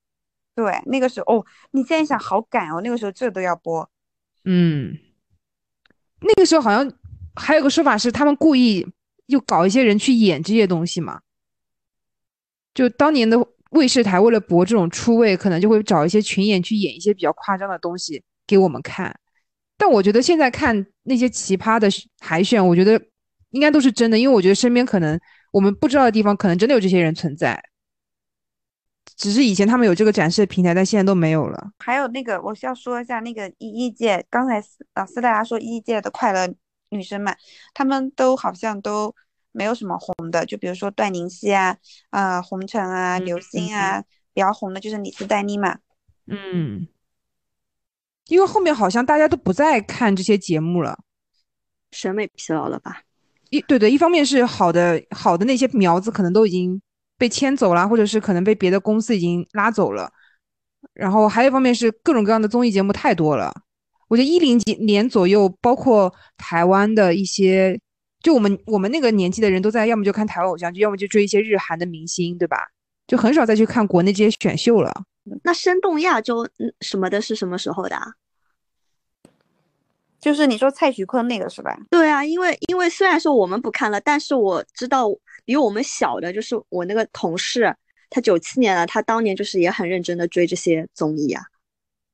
Speaker 2: 对那个时候哦，你现在想好赶哦，那个时候这都要播，
Speaker 3: 嗯，那个时候好像还有个说法是，他们故意又搞一些人去演这些东西嘛。就当年的卫视台为了博这种出位，可能就会找一些群演去演一些比较夸张的东西给我们看。但我觉得现在看那些奇葩的海选，我觉得应该都是真的，因为我觉得身边可能我们不知道的地方，可能真的有这些人存在。只是以前他们有这个展示的平台，但现在都没有了。
Speaker 2: 还有那个我是要说一下那个一一届，刚才斯啊斯大家说一一届的快乐女生们，她们都好像都没有什么红的，就比如说段宁熙啊、啊、红尘啊、刘星啊，比较红的就是李斯丹妮嘛，
Speaker 3: 嗯，因为后面好像大家都不再看这些节目了。
Speaker 4: 审美疲劳了吧？
Speaker 3: 一对对，一方面是好的好的那些苗子可能都已经被牵走了，或者是可能被别的公司已经拉走了，然后还有一方面是各种各样的综艺节目太多了。我觉得一零几年左右，包括台湾的一些，就我们我们那个年纪的人都在，要么就看台湾偶像剧，要么就追一些日韩的明星，对吧？就很少再去看国内这些选秀了。
Speaker 4: 那生动亚洲嗯什么的是什么时候的、啊？
Speaker 2: 就是你说蔡徐坤那个是吧？
Speaker 4: 对啊，因为因为虽然说我们不看了，但是我知道比我们小的，就是我那个同事，他九七年了，他当年就是也很认真的追这些综艺啊。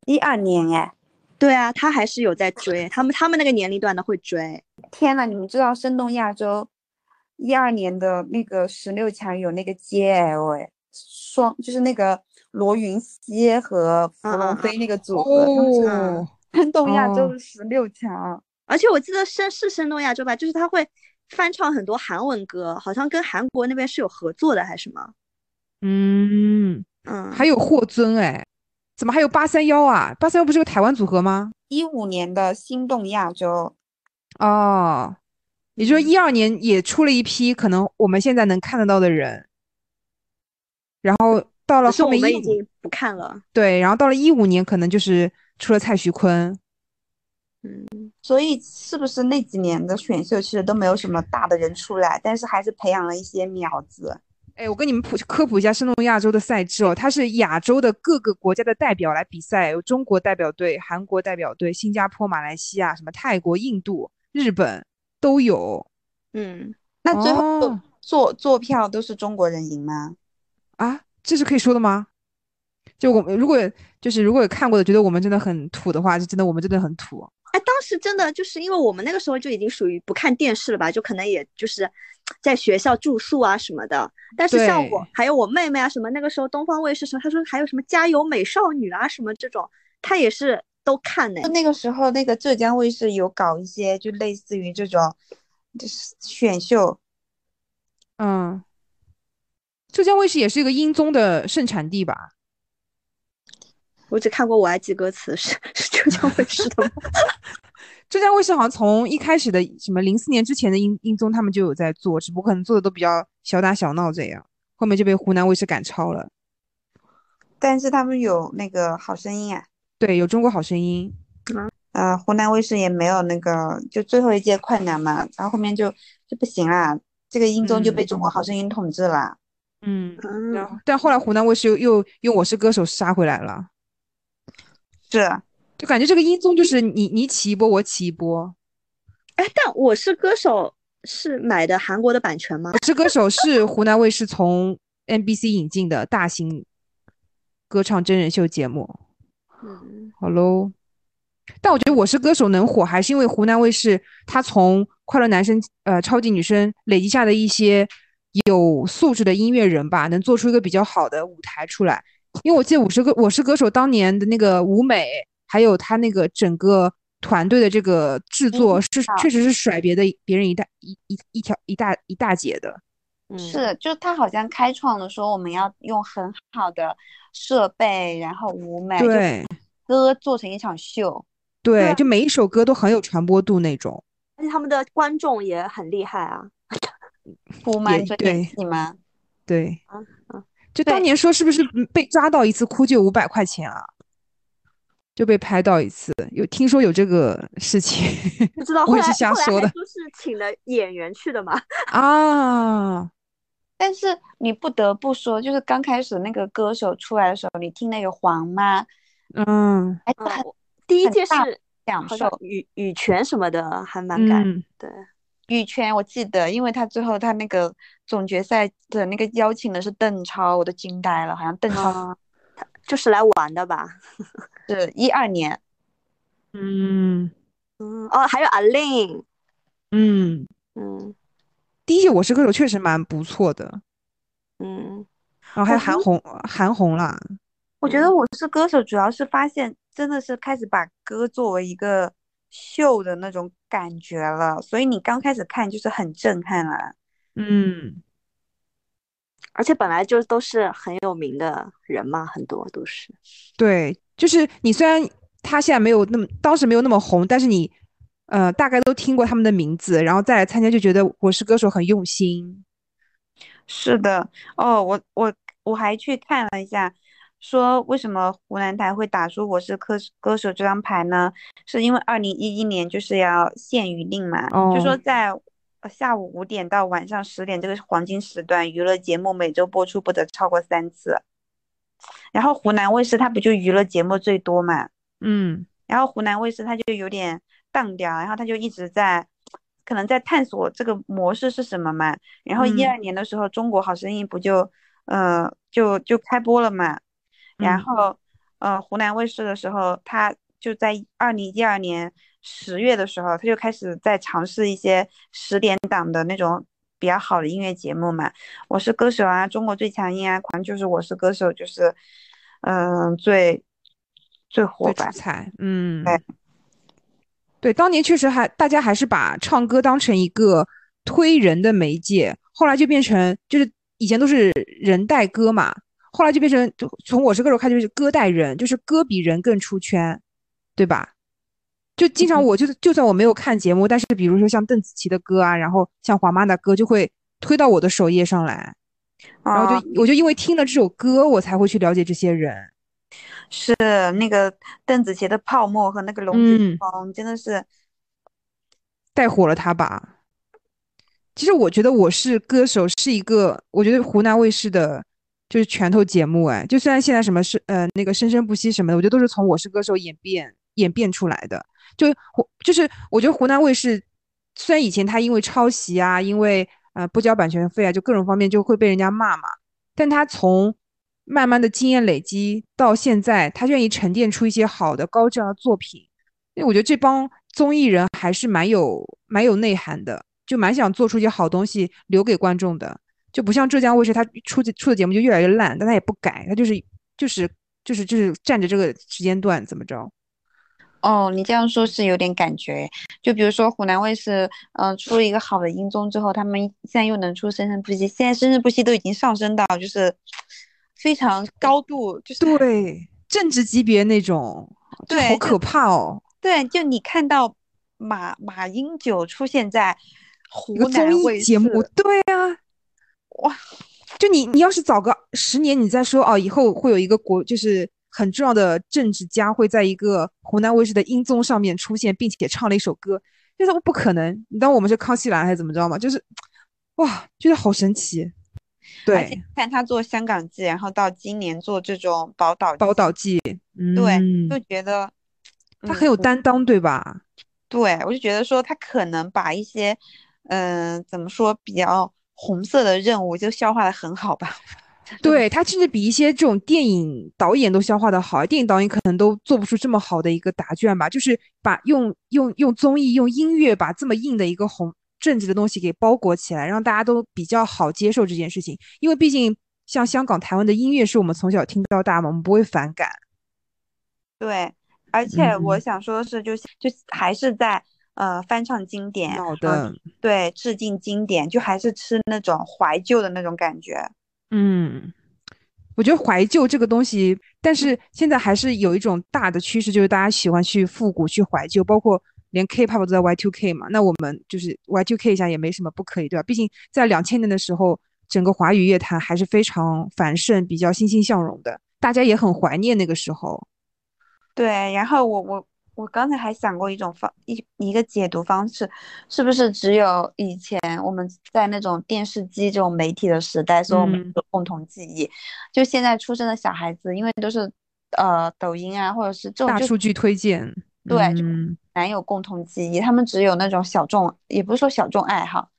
Speaker 2: 一二年哎。
Speaker 4: 对啊，他还是有在追，他们他们那个年龄段的会追。
Speaker 2: 天呐，你们知道生动亚洲一二年的那个十六强有那个 JL 哎，双，就是那个罗云熙和芙蓉飞那个组合，
Speaker 3: 嗯哦，
Speaker 2: 山东亚洲
Speaker 3: 哦
Speaker 2: 十六强。
Speaker 4: 而且我记得是是声东亚洲吧，就是他会翻唱很多韩文歌，好像跟韩国那边是有合作的还是什么？
Speaker 3: 嗯，
Speaker 4: 嗯，
Speaker 3: 还有霍尊哎，怎么还有八三幺啊？八三幺不是个台湾组合吗？
Speaker 2: 一五年的心动亚洲，
Speaker 3: 哦，
Speaker 4: 嗯
Speaker 3: 也就是一二年也出了一批可能我们现在能看得到的人，然后到了
Speaker 4: 只是
Speaker 3: 后
Speaker 4: 我
Speaker 3: 面
Speaker 4: 们
Speaker 3: 一
Speaker 4: 已经不看了。
Speaker 3: 对，然后到了一五年可能就是出了蔡徐坤，
Speaker 4: 嗯，
Speaker 2: 所以是不是那几年的选秀其实都没有什么大的人出来，但是还是培养了一些苗子。
Speaker 3: 哎，我跟你们普科普一下圣东亚洲的赛制哦，它是亚洲的各个国家的代表来比赛，有中国代表队、韩国代表队、新加坡、马来西亚、什么泰国、印度、日本都有。
Speaker 4: 嗯，
Speaker 2: 那最后
Speaker 3: 哦
Speaker 2: 做做票都是中国人赢吗？
Speaker 3: 啊，这是可以说的吗？就我们如果就是如果有看过的觉得我们真的很土的话，就真的我们真的很土。
Speaker 4: 哎，当时真的就是因为我们那个时候就已经属于不看电视了吧，就可能也就是在学校住宿啊什么的。但是像我
Speaker 3: 对
Speaker 4: 还有我妹妹啊什么，那个时候东方卫视什么，他说还有什么《加油美少女》啊什么这种，她也是都看呢、
Speaker 2: 就那个时候，那个浙江卫视有搞一些，就类似于这种，就是选秀。
Speaker 3: 嗯，浙江卫视也是一个音综的盛产地吧？
Speaker 4: 我只看过《我爱记歌词》，是是浙江卫视的吗？
Speaker 3: 浙江卫视好像从一开始的什么零四年之前的音音综，他们就有在做，只不过可能做的都比较小打小闹这样，后面就被湖南卫视赶超了。
Speaker 2: 但是他们有那个《好声音》啊，
Speaker 3: 对，有《中国好声音
Speaker 2: 呃，湖南卫视也没有那个，就最后一届快男嘛，然后后面就就不行啦，这个音综就被
Speaker 3: 嗯
Speaker 2: 中国好声音统治了。》，
Speaker 3: *laughs* 嗯，然
Speaker 4: 嗯
Speaker 3: 后但后来湖南卫视又又用《我是歌手》杀回来了，
Speaker 2: 是，
Speaker 3: 就感觉这个音综就是你你起一波，我起一波。
Speaker 4: 哎，但我是歌手是买的韩国的版权吗？
Speaker 3: 我是歌手是湖南卫视从 NBC 引进的大型歌唱真人秀节目。
Speaker 4: 嗯，
Speaker 3: 好喽，但我觉得《我是歌手》能火，还是因为湖南卫视它从《快乐男声》呃《超级女声》累积下的一些有素质的音乐人吧，能做出一个比较好的舞台出来。因为我记得《我是歌我是歌手》当年的那个舞美，还有他那个整个团队的这个制作嗯是
Speaker 2: 道
Speaker 3: 确实是甩别的别人一大一一一条一大一大截的。
Speaker 2: 是，就他好像开创了说我们要用很好的设备，然后舞美，就
Speaker 3: 对
Speaker 2: 歌做成一场秀。
Speaker 3: 对，就每一首歌都很有传播度那种。
Speaker 4: 而且他们的观众也很厉害啊。
Speaker 2: 哭吗？
Speaker 3: 也
Speaker 2: 你说演
Speaker 3: 对
Speaker 2: 戏吗？
Speaker 3: 对
Speaker 4: 啊啊，
Speaker 3: 就当
Speaker 2: 对
Speaker 3: 年说是不是嗯被抓到一次哭就五百块钱啊？就被拍到一次，有听说有这个事情
Speaker 4: 不知道
Speaker 3: 我
Speaker 4: 后
Speaker 3: 也
Speaker 4: 来
Speaker 3: 是瞎
Speaker 4: 后来
Speaker 3: 说
Speaker 4: 还
Speaker 3: 的
Speaker 4: 说是请了演员去的嘛。
Speaker 3: *laughs* 啊？
Speaker 2: 但是你不得不说，就是刚开始那个歌手出来的时候，你听那个黄妈，
Speaker 3: 嗯
Speaker 2: 还是
Speaker 4: 嗯
Speaker 2: 很，
Speaker 4: 我第一
Speaker 2: 很
Speaker 4: 届
Speaker 2: 大
Speaker 4: 是
Speaker 2: 享
Speaker 4: 好像
Speaker 2: 受
Speaker 4: 羽羽泉什么的，还蛮感
Speaker 3: 嗯，
Speaker 4: 对。
Speaker 2: 羽泉。我记得，因为他最后他那个总决赛的那个邀请的是邓超，我都惊呆了，好像邓超
Speaker 4: 啊，就是来玩的吧？
Speaker 2: 是一二年，
Speaker 3: 嗯
Speaker 4: 嗯，哦，还有阿令，
Speaker 3: 嗯，
Speaker 4: 嗯
Speaker 3: 第一届我是歌手确实蛮不错的，
Speaker 4: 嗯，
Speaker 3: 然后还有
Speaker 2: 我
Speaker 3: 韩
Speaker 2: 觉
Speaker 3: 红，韩红啦，
Speaker 2: 我觉得我是歌手，主要是发现真的是开始把歌作为一个秀的那种感觉了，所以你刚开始看就是很震撼啊了。
Speaker 3: 嗯，
Speaker 4: 而且本来就都是很有名的人嘛，很多都是。
Speaker 3: 对，就是你虽然他现在没有那么，当时没有那么红，但是你呃大概都听过他们的名字，然后再来参加就觉得我是歌手很用心，
Speaker 2: 是的，哦，我我我还去看了一下，说为什么湖南台会打出“我是歌手歌手”这张牌呢？是因为二零一一年就是要限娱令嘛，就说
Speaker 3: 哦
Speaker 2: 在呃下午五点到晚上十点这个黄金时段，娱乐节目每周播出不得超过三次。然后湖南卫视它不就娱乐节目最多嘛，
Speaker 3: 嗯。
Speaker 2: 然后湖南卫视它就有点淡掉，然后它就一直在，可能在探索这个模式是什么嘛。然后一
Speaker 3: 嗯
Speaker 2: 二年的时候，中国好声音不就，呃，就就开播了嘛。然
Speaker 3: 嗯
Speaker 2: 后，呃，湖南卫视的时候，它就在二零一二年十月的时候，它就开始在尝试一些十点档的那种比较好的音乐节目嘛，《我是歌手》啊，《中国最强音》啊，反正就是《我是歌手》，就是嗯、最最火
Speaker 3: 最
Speaker 2: 吧
Speaker 3: 出。彩，嗯，
Speaker 2: 对
Speaker 3: 对，当年确实还大家还是把唱歌当成一个推人的媒介，后来就变成就是以前都是人带歌嘛，后来就变成就从我是歌手开始就是歌带人，就是歌比人更出圈，对吧？就经
Speaker 2: 嗯
Speaker 3: 常我就就算我没有看节目，但是比如说像邓紫棋的歌啊，然后像黄妈的歌就会推到我的首页上来，然后
Speaker 2: 啊
Speaker 3: 就我就因为听了这首歌，我才会去了解这些人。
Speaker 2: 是那个邓紫棋的《泡沫》和那个龙卷
Speaker 3: 嗯
Speaker 2: 风，真的是
Speaker 3: 带火了他吧。其实我觉得《我是歌手》是一个，我觉得湖南卫视的就是拳头节目，哎，就虽然现在什么是呃那个生生不息什么的，我觉得都是从《我是歌手》演变演变出来的。就我就是我觉得湖南卫视虽然以前它因为抄袭啊，因为呃不交版权费啊，就各种方面就会被人家骂嘛，但它从慢慢的经验累积到现在，它愿意沉淀出一些好的高质量的作品。因为我觉得这帮综艺人还是蛮有蛮有内涵的，就蛮想做出一些好东西留给观众的，就不像浙江卫视，他出的出的节目就越来越烂，但他也不改，他就是就是就是就是占着这个时间段怎么着？
Speaker 2: 哦，你这样说是有点感觉。就比如说湖南卫视，嗯、出了一个好的音综之后，他们现在又能出《生生不息》，现在《生生不息》都已经上升到就是非常高度，就是
Speaker 3: 对，政治级别那种，就
Speaker 2: 对
Speaker 3: 好
Speaker 2: 就
Speaker 3: 可怕哦！
Speaker 2: 对，就你看到马马英九出现在湖
Speaker 3: 一个
Speaker 2: 南
Speaker 3: 综
Speaker 2: 卫
Speaker 3: 艺
Speaker 2: 视，
Speaker 3: 节目，对啊，
Speaker 2: 哇，
Speaker 3: 就你你要是早个十年，你再说哦，以后会有一个国就是很重要的政治家会在一个湖南卫视的音综上面出现，并且唱了一首歌，就是不可能，你当我们是康熙来了还是怎么着嘛？就是哇，觉得好神奇。
Speaker 2: 而且
Speaker 3: 对
Speaker 2: 你，看他做香港记，然后到今年做这种宝岛记
Speaker 3: 宝岛记，嗯，
Speaker 2: 对，就觉得嗯
Speaker 3: 他很有担当，对吧？
Speaker 2: 对，我就觉得说他可能把一些，嗯、怎么说比较红色的任务就消化的很好吧。 *laughs*
Speaker 3: 对他甚至比一些这种电影导演都消化的好，电影导演可能都做不出这么好的一个答卷吧，就是把用用用综艺用音乐把这么硬的一个红政治的东西给包裹起来，让大家都比较好接受这件事情。因为毕竟像香港、台湾的音乐是我们从小听到大嘛，我们不会反感。
Speaker 2: 对，而且我
Speaker 3: 嗯
Speaker 2: 想说的是就，就还是在呃翻唱经典，
Speaker 3: 好
Speaker 2: 嗯、
Speaker 3: 的，
Speaker 2: 对，致敬经典，就还是吃那种怀旧的那种感觉。
Speaker 3: 嗯，我觉得怀旧这个东西，但是现在还是有一种大的趋势，就是大家喜欢去复古、去怀旧，包括连 K-pop 都在 Y2K 嘛。那我们就是 Y2K 一下也没什么不可以，对吧？毕竟在两千年的时候，整个华语乐坛还是非常繁盛、比较欣欣向荣的，大家也很怀念那个时候。
Speaker 2: 对，然后我我我刚才还想过一种方一一个解读方式，是不是只有以前我们在那种电视机这种媒体的时代，所以我们
Speaker 3: 嗯
Speaker 2: 有共同记忆？就现在出生的小孩子，因为都是呃抖音啊，或者是这种
Speaker 3: 大
Speaker 2: 就
Speaker 3: 数据推荐，
Speaker 2: 对就
Speaker 3: 嗯，
Speaker 2: 难有共同记忆，他们只有那种小众，也不是说小众爱好，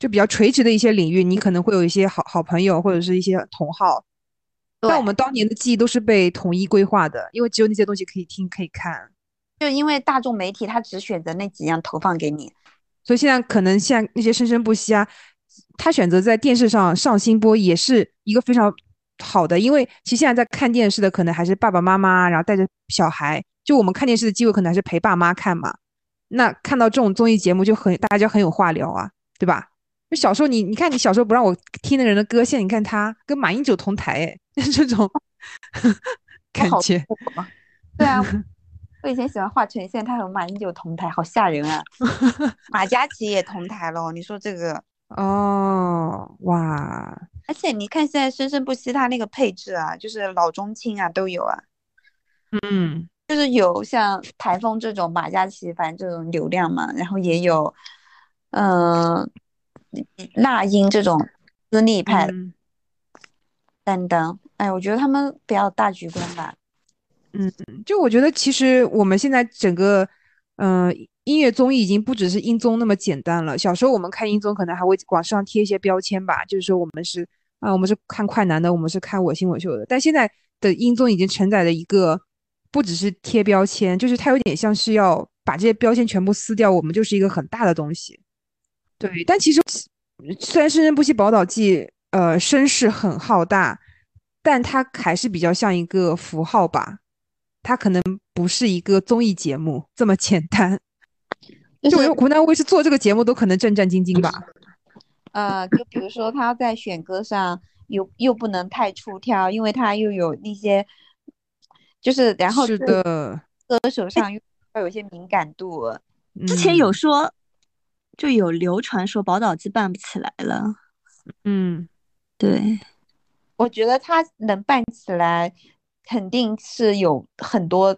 Speaker 3: 就比较垂直的一些领域，你可能会有一些好好朋友或者是一些同好，但我
Speaker 2: 对
Speaker 3: 们当年的记忆都是被统一规划的，因为只有那些东西可以听可以看，
Speaker 2: 就因为大众媒体它只选择那几样投放给你。
Speaker 3: 所以现在可能像那些生生不息啊，他选择在电视上上新播也是一个非常好的，因为其实现在在看电视的可能还是爸爸妈妈，然后带着小孩，就我们看电视的机会可能还是陪爸妈看嘛。那看到这种综艺节目就很大家就很有话聊啊，对吧？就小时候你你看你小时候不让我听的人的歌，现在你看他跟马英九同台， *laughs* 哎，这种感
Speaker 2: 好
Speaker 3: 觉。
Speaker 2: 对
Speaker 3: *laughs*
Speaker 2: 啊，我以前喜欢华晨，现在他和马英九同台，好吓人
Speaker 3: *laughs*
Speaker 2: 啊！马嘉祺也同台了，你说这个？
Speaker 3: 哦，哇，
Speaker 2: 而且你看现在生生不息他那个配置啊，就是老中青啊都有啊，
Speaker 3: 嗯，
Speaker 2: 就是有像台风这种马嘉祺，反正这种流量嘛，然后也有，嗯、那英这种私立派
Speaker 3: 嗯
Speaker 2: 担当。哎，我觉得他们比较有大局观吧。
Speaker 3: 就我觉得，其实我们现在整个，嗯、音乐综艺已经不只是音综那么简单了。小时候我们看音综，可能还会往上贴一些标签吧，就是说我们是啊、我们是看快男的，我们是看我型我秀的。但现在的音综已经承载了一个，不只是贴标签，就是它有点像是要把这些标签全部撕掉，我们就是一个很大的东西。对，但其实虽然《生生不息宝岛记》呃声势很浩大，但它还是比较像一个符号吧，它可能不是一个综艺节目这么简单。
Speaker 6: 就是
Speaker 3: 就我觉得湖南卫视做这个节目都可能战战兢兢吧。
Speaker 2: 呃，就比如说他在选歌上又又不能太出挑，因为他又有那些，就是然后
Speaker 3: 是的，
Speaker 2: 歌手上又要有一些敏感度。
Speaker 4: 之前有
Speaker 3: 嗯
Speaker 4: 说，就有流传说宝岛鸡办不起来了，
Speaker 3: 嗯，
Speaker 4: 对，
Speaker 2: 我觉得他能办起来，肯定是有很多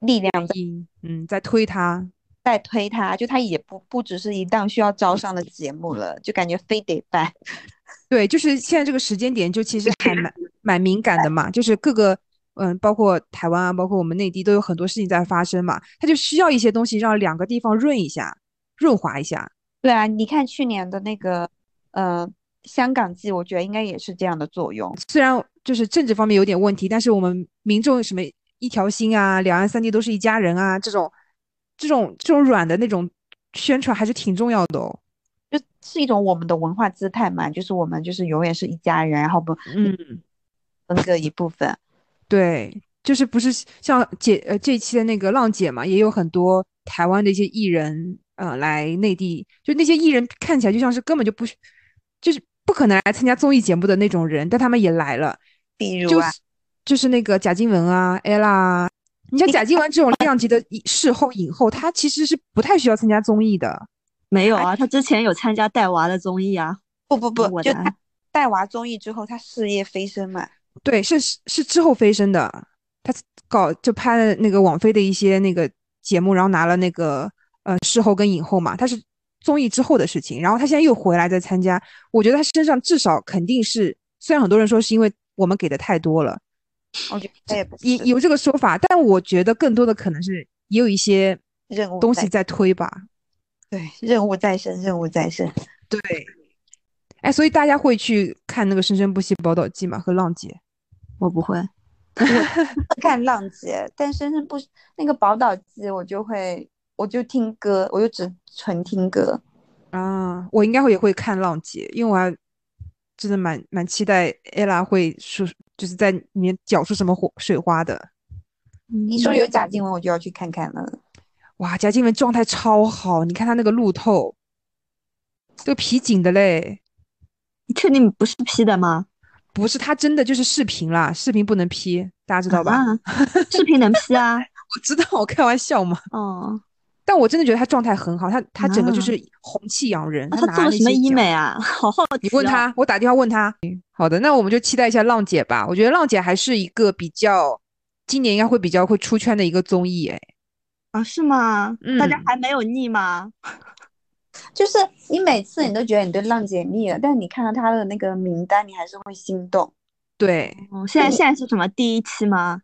Speaker 3: 嗯嗯在推它，
Speaker 2: 在推他，就他也不不只是一档需要招商的节目了，就感觉非得办。 *laughs*
Speaker 3: 对，就是现在这个时间点，就其实还蛮蛮敏感的嘛，就是各个嗯，包括台湾啊，包括我们内地都有很多事情在发生嘛，它就需要一些东西让两个地方润一下、润滑一下。
Speaker 2: 对啊，你看去年的那个，呃，香港季，我觉得应该也是这样的作用。
Speaker 3: 虽然就是政治方面有点问题，但是我们民众什么一条心啊，两岸三地都是一家人啊，这种这种这种软的那种宣传还是挺重要的哦。
Speaker 2: 就是一种我们的文化姿态嘛，就是我们就是永远是一家人，然后不
Speaker 3: 嗯，
Speaker 2: 分割一部分。
Speaker 3: 对，就是不是像姐呃这一期的那个浪姐嘛，也有很多台湾的一些艺人呃来内地，就那些艺人看起来就像是根本就不是，就是不可能来参加综艺节目的那种人，但他们也来了，
Speaker 2: 比如
Speaker 3: 就
Speaker 2: 啊，
Speaker 3: 是就是那个贾静雯啊、ella 啊，你像贾静雯这种量级的影事后影后，她其实是不太需要参加综艺的。
Speaker 4: 没有啊，他之前有参加带娃的综艺啊，
Speaker 2: 不不不，
Speaker 4: 我
Speaker 2: 就
Speaker 4: 的
Speaker 3: 啊
Speaker 2: 他带娃综艺之后，他事业飞升嘛。
Speaker 3: 对，是是是之后飞升的，他搞就拍了那个网飞的一些那个节目，然后拿了那个呃事后跟影后嘛，他是综艺之后的事情，然后他现在又回来再参加，我觉得他身上至少肯定是，虽然很多人说是因为我们给的太多了，
Speaker 2: 我觉得他也不是
Speaker 3: 也有这个说法，但我觉得更多的可能是也有一些
Speaker 2: 任务
Speaker 3: 东
Speaker 2: 在
Speaker 3: 西在推吧，
Speaker 2: 对任务在身，任务在身。
Speaker 3: 对，哎，所以大家会去看那个《生生不息宝岛记》嘛和《浪姐》，
Speaker 4: 我不会，
Speaker 3: 嗯
Speaker 2: 看浪姐，但深深不那个宝岛季，我就会我就听歌，我就只纯听歌。
Speaker 3: 啊，我应该会也会看浪姐，因为我还真的蛮蛮期待 ella 会说，就是在里面搅出什么火水花的。
Speaker 2: 你说有贾静雯，我就要去看看了。
Speaker 3: 哇，贾静雯状态超好，你看她那个路透，都皮紧的嘞。
Speaker 4: 你确定不是 P 的吗？
Speaker 3: 不是，她真的就是视频啦，视频不能 P，大家知道吧？
Speaker 4: 啊，视频能 P 啊，
Speaker 3: *laughs* 我知道，我开玩笑嘛。
Speaker 4: 哦，
Speaker 3: 但我真的觉得她状态很好，她她整个就
Speaker 4: 啊
Speaker 3: 是红气养人，
Speaker 4: 那他
Speaker 3: 她拿
Speaker 4: 做了
Speaker 3: 那
Speaker 4: 什么
Speaker 3: 些
Speaker 4: 医
Speaker 3: 奖
Speaker 4: 美啊？ *laughs* 好好奇，
Speaker 3: 你问，他，我打电话问他。嗯好的，那我们就期待一下浪姐吧。我觉得浪姐还是一个比较，今年应该会比较会出圈的一个综艺。哎，
Speaker 4: 啊，是吗？大家
Speaker 3: 嗯
Speaker 4: 还没有腻吗？
Speaker 2: 就是你每次你都觉得你对浪姐腻了，但你看到她的那个名单，你还是会心动。
Speaker 3: 对，
Speaker 4: 哦，现在现在是什么第一期吗？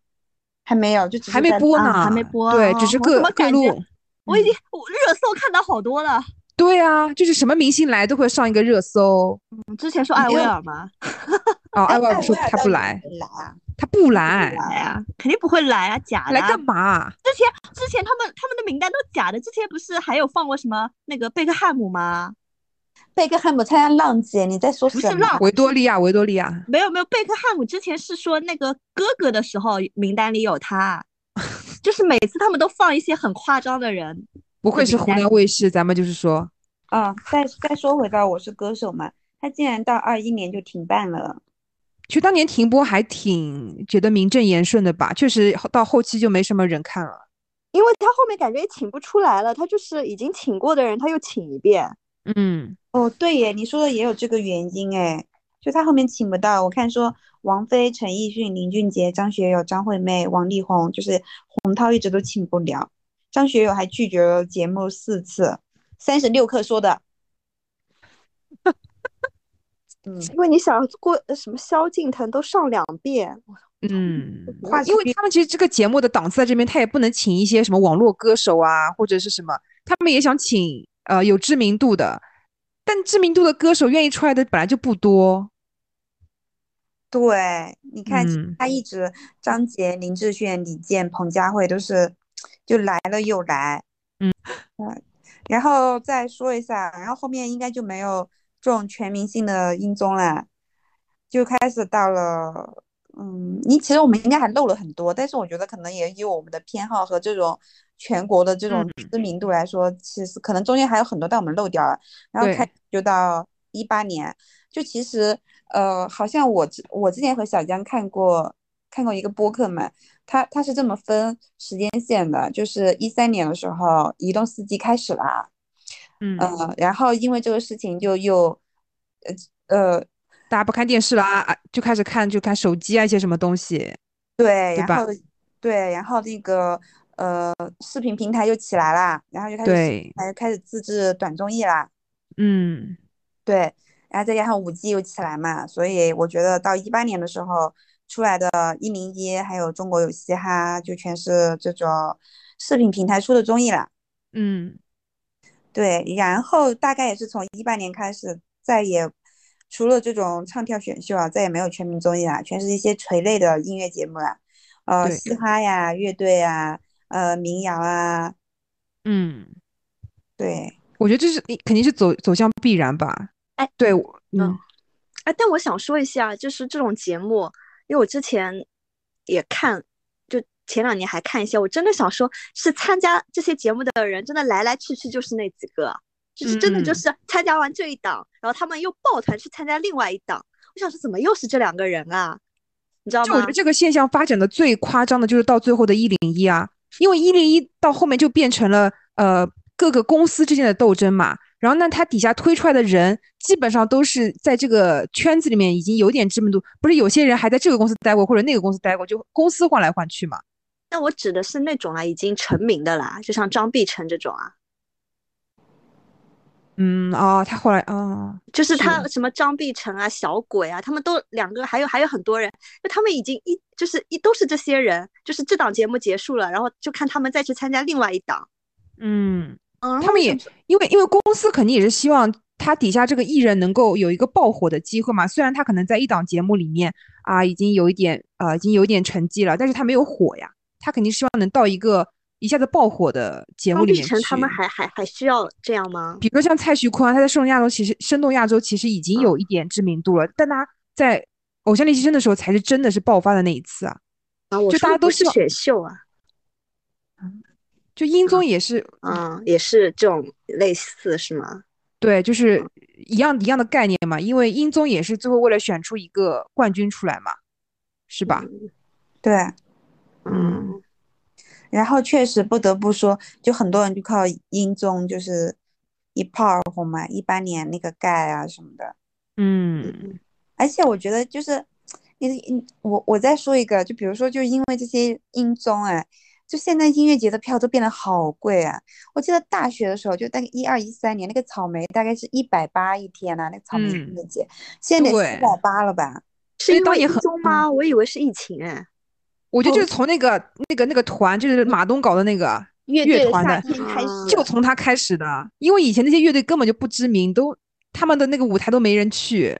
Speaker 2: 还没有，就只是
Speaker 3: 还没
Speaker 2: 在
Speaker 3: 播呢，
Speaker 4: 啊还没播
Speaker 3: 对，
Speaker 4: 啊
Speaker 3: 只是
Speaker 4: 我
Speaker 3: 各
Speaker 4: 怎么
Speaker 3: 各
Speaker 4: 感觉
Speaker 3: 路。
Speaker 4: 我已
Speaker 3: 嗯
Speaker 4: 经我热搜看到好多了，
Speaker 3: 对啊，就是什么明星来都会上一个热搜。
Speaker 4: 嗯之前说艾薇
Speaker 2: 看
Speaker 4: 儿嘛，
Speaker 3: 哦，
Speaker 4: 哎
Speaker 3: 艾薇
Speaker 2: 艾
Speaker 3: 儿说
Speaker 2: 薇儿
Speaker 3: 她不
Speaker 2: 哎到底
Speaker 3: 来，
Speaker 2: 没来啊？
Speaker 3: 她不来，
Speaker 4: 来啊，肯定不会来啊，假的
Speaker 3: 来
Speaker 4: 啊。
Speaker 3: 干嘛？
Speaker 4: 之前他们他们的名单都假的，之前不是还有放过什么那个贝克汉姆吗？
Speaker 2: 贝克汉姆参加浪姐，你在说什
Speaker 4: 不
Speaker 2: 么？
Speaker 4: 是浪，
Speaker 3: 维多利亚，维多利亚，
Speaker 4: 没有没有，贝克汉姆之前是说那个哥哥的时候名单里有 *laughs* 他，就是每次他们都放一些很夸张的人，
Speaker 3: 不愧是湖南卫视，咱们就是说，
Speaker 2: 啊！再再说回到《我是歌手》嘛，他竟然到二一年就停办了。
Speaker 3: 其实当年停播还挺觉得名正言顺的吧，确实到后期就没什么人看了。
Speaker 4: 因为他后面感觉也请不出来了，他就是已经请过的人他又请一遍，
Speaker 3: 嗯，
Speaker 2: 哦，对耶，你说的也有这个原因哎，就他后面请不到。我看说王菲、陈奕迅、林俊杰、张学友、张惠妹、王力宏，就是洪涛一直都请不了。张学友还拒绝了节目四次，三十六氪说的。 *laughs* 嗯，
Speaker 7: 因为你想过呃什么萧敬腾都上两遍，
Speaker 3: 嗯，
Speaker 2: 话
Speaker 3: 因为他们其实这个节目的档次在这边，他也不能请一些什么网络歌手啊，或者是什么，他们也想请呃有知名度的，但知名度的歌手愿意出来的本来就不多。
Speaker 2: 对，你看
Speaker 3: 嗯
Speaker 2: 他一直张杰、林志炫、李健、彭佳慧都是就来了又 *laughs* 来，嗯，然后再说一下，然后后面应该就没有这种全民性的音综啦，就开始到了，嗯，你其实我们应该还漏了很多，但是我觉得可能也以我们的偏好和这种全国的这种
Speaker 3: 嗯
Speaker 2: 知名度来说，其实可能中间还有很多但我们漏掉了。然后
Speaker 3: 对
Speaker 2: 开就到一八年，就其实呃，好像我之我之前和小江看过看过一个播客嘛，他他是这么分时间线的，就是一三年的时候，移动四 G 开始了。
Speaker 3: 嗯，
Speaker 2: 呃，然后因为这个事情就又，呃呃，
Speaker 3: 大家不看电视了啊，啊就开始看就看手机啊一些什么东西。
Speaker 2: 对，
Speaker 3: 对
Speaker 2: 然
Speaker 3: 吧
Speaker 2: 后对，然后那个呃视频平台又起来啦，然后就开始
Speaker 3: 对，
Speaker 2: 还开始自制短综艺啦，
Speaker 3: 嗯，
Speaker 2: 对，然后再加上五 G 又起来嘛，所以我觉得到一八年的时候出来的《一零一》还有《中国有嘻哈》就全是这种视频平台出的综艺啦。
Speaker 3: 嗯，
Speaker 2: 对，然后大概也是从一八年开始，再也除了这种唱跳选秀啊，再也没有全民综艺啦，全是一些垂类的音乐节目啦，呃，
Speaker 3: 对
Speaker 2: 嘻哈呀、乐队啊、呃，民谣啊，
Speaker 3: 嗯，
Speaker 2: 对，
Speaker 3: 我觉得这是肯定是走走向必然吧。
Speaker 4: 哎，
Speaker 3: 对，我嗯
Speaker 4: 嗯哎，但我想说一下，就是这种节目，因为我之前也看，就前两年还看一些，我真的想说，是参加这些节目的人，真的来来去去就是那几个，就是真的就
Speaker 3: 嗯
Speaker 4: 是参加完这一档，然后他们又抱团去参加另外一档，我想说怎么又是这两个人啊？你知道
Speaker 3: 就我
Speaker 4: 吗
Speaker 3: 觉得？这个现象发展的最夸张的就是到最后的一零一啊，因为一零一到后面就变成了呃各个公司之间的斗争嘛。然后呢，它底下推出来的人基本上都是在这个圈子里面已经有点知名度，不是有些人还在这个公司待过或者那个公司待过，就公司换来换去嘛。
Speaker 4: 但我指的是那种啊，已经成名的啦，就像张碧晨这种啊，
Speaker 3: 嗯啊，他后来啊，
Speaker 4: 就是
Speaker 3: 是
Speaker 4: 他什么张碧晨啊、小鬼啊，他们都两个，还有还有很多人，就他们已经一就是一都是这些人，就是这档节目结束了，然后就看他们再去参加另外一档。
Speaker 3: 嗯，
Speaker 4: 嗯，然
Speaker 3: 他
Speaker 4: 后
Speaker 3: 们
Speaker 4: 就
Speaker 3: 也因为因为公司肯定也是希望他底下这个艺人能够有一个爆火的机会嘛。虽然他可能在一档节目里面啊已经有一点呃已经有一点成绩了，但是他没有火呀，他肯定希望能到一个一下子爆火的节目
Speaker 4: 张
Speaker 3: 里
Speaker 4: 碧
Speaker 3: 面去
Speaker 4: 晨。他们还还还需要这样吗？
Speaker 3: 比如说像蔡徐坤啊，他在《生动亚洲》其实《生动亚洲》其实已经
Speaker 4: 嗯
Speaker 3: 有一点知名度了，但他在《偶像练习生》的时候才是真的是爆发的那一次啊。
Speaker 4: 啊，我
Speaker 3: 就
Speaker 4: 说
Speaker 3: 大家
Speaker 4: 的
Speaker 3: 都
Speaker 4: 不是
Speaker 3: 希望
Speaker 4: 选秀啊，
Speaker 3: 就音综也是
Speaker 4: 嗯，也是这种类似是吗？
Speaker 3: 对，就是一样一样的概念嘛，因为英综也是最后为了选出一个冠军出来嘛，是吧？
Speaker 2: 对，
Speaker 4: 嗯，
Speaker 2: 然后确实不得不说，就很多人就靠音综就是一炮而红嘛，一八年那个盖啊什么的，
Speaker 3: 嗯
Speaker 2: 而且我觉得就是，你你我我再说一个，就比如说，就因为这些音综哎，就现在音乐节的票都变得好贵啊！我记得大学的时候，就大概一二一三年，那个草莓大概是一百八一天呐、啊那个草莓音
Speaker 3: 嗯
Speaker 2: 乐节，现在得
Speaker 3: 对
Speaker 2: 四百八了吧？
Speaker 4: 是
Speaker 3: 以
Speaker 4: 因
Speaker 3: 导
Speaker 4: 为
Speaker 3: 演
Speaker 4: 一
Speaker 3: 很嗯
Speaker 4: 中吗？我以为是疫情哎。
Speaker 3: 我觉得就是从那个、那个那个团，就是马东搞的那个
Speaker 8: 乐
Speaker 3: 乐
Speaker 8: 队的
Speaker 3: 团
Speaker 8: 夏
Speaker 3: 的
Speaker 8: 天开始
Speaker 4: 嗯，
Speaker 3: 就从他开始的，因为以前那些乐队根本就不知名，都他们的那个舞台都没人去。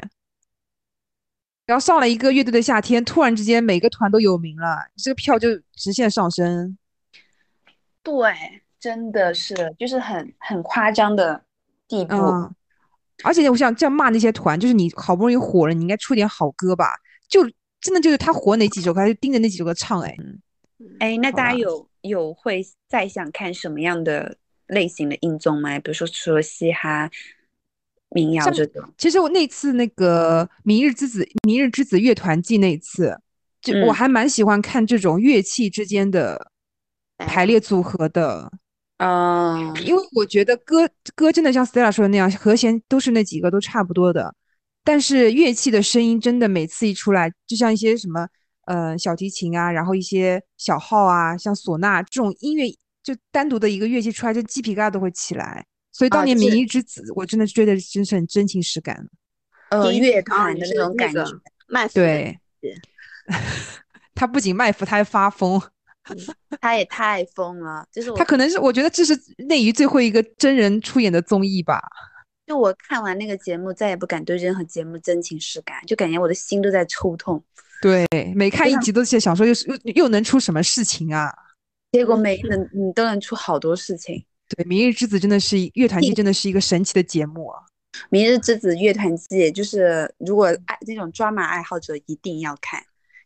Speaker 3: 然后上了一个乐队的夏天，突然之间每个团都有名了，这个票就直线上升。
Speaker 2: 对，真的是，就是很很夸张的地步。
Speaker 3: 嗯，而且我想这样骂那些团，就是你好不容易火了，你应该出点好歌吧？就真的就是他火哪几首歌，他就盯着那几首歌唱。哎，
Speaker 2: 哎，那
Speaker 3: 好
Speaker 2: 大家
Speaker 3: 吧
Speaker 2: 有有会再想看什么样的类型的音综吗？比如说除了嘻哈、民谣
Speaker 3: 像
Speaker 2: 这种，
Speaker 3: 其实我那次那个《明日之子》《明日之子》乐团季那次，就我
Speaker 2: 嗯
Speaker 3: 还蛮喜欢看这种乐器之间的排列组合的，
Speaker 2: 嗯，
Speaker 3: 因为我觉得歌歌真的像 Stella 说的那样，和弦都是那几个都差不多的，但是乐器的声音真的每次一出来，就像一些什么呃小提琴啊，然后一些小号啊，像唢呐这种音乐，就单独的一个乐器出来，就鸡皮疙瘩都会起来。所以当
Speaker 2: 啊
Speaker 3: 年《
Speaker 2: 这
Speaker 3: 明日之子》，我真的觉得真是很真情实感。
Speaker 2: 呃，
Speaker 4: 第一
Speaker 2: 乐
Speaker 4: 集啊
Speaker 2: 团的
Speaker 4: 是
Speaker 2: 那种感觉
Speaker 4: 个，麦弗的
Speaker 3: 对， *laughs* 他不仅卖腐，他还发疯。
Speaker 2: 他也太疯了。就是我
Speaker 3: 他可能是我觉得这是内娱最后一个真人出演的综艺吧。
Speaker 2: 就我看完那个节目，再也不敢对任何节目真情实感，就感觉我的心都在抽痛。
Speaker 3: 对，每看一集都在想说又是又又能出什么事情啊？
Speaker 2: 结果每 *laughs* 一能你都能出好多事情，
Speaker 3: 对，《明日之子》真的是一乐团季真的是一个神奇的节目啊。
Speaker 2: 《明日之子》乐团季，就是如果爱这种抓马爱好者一定要看，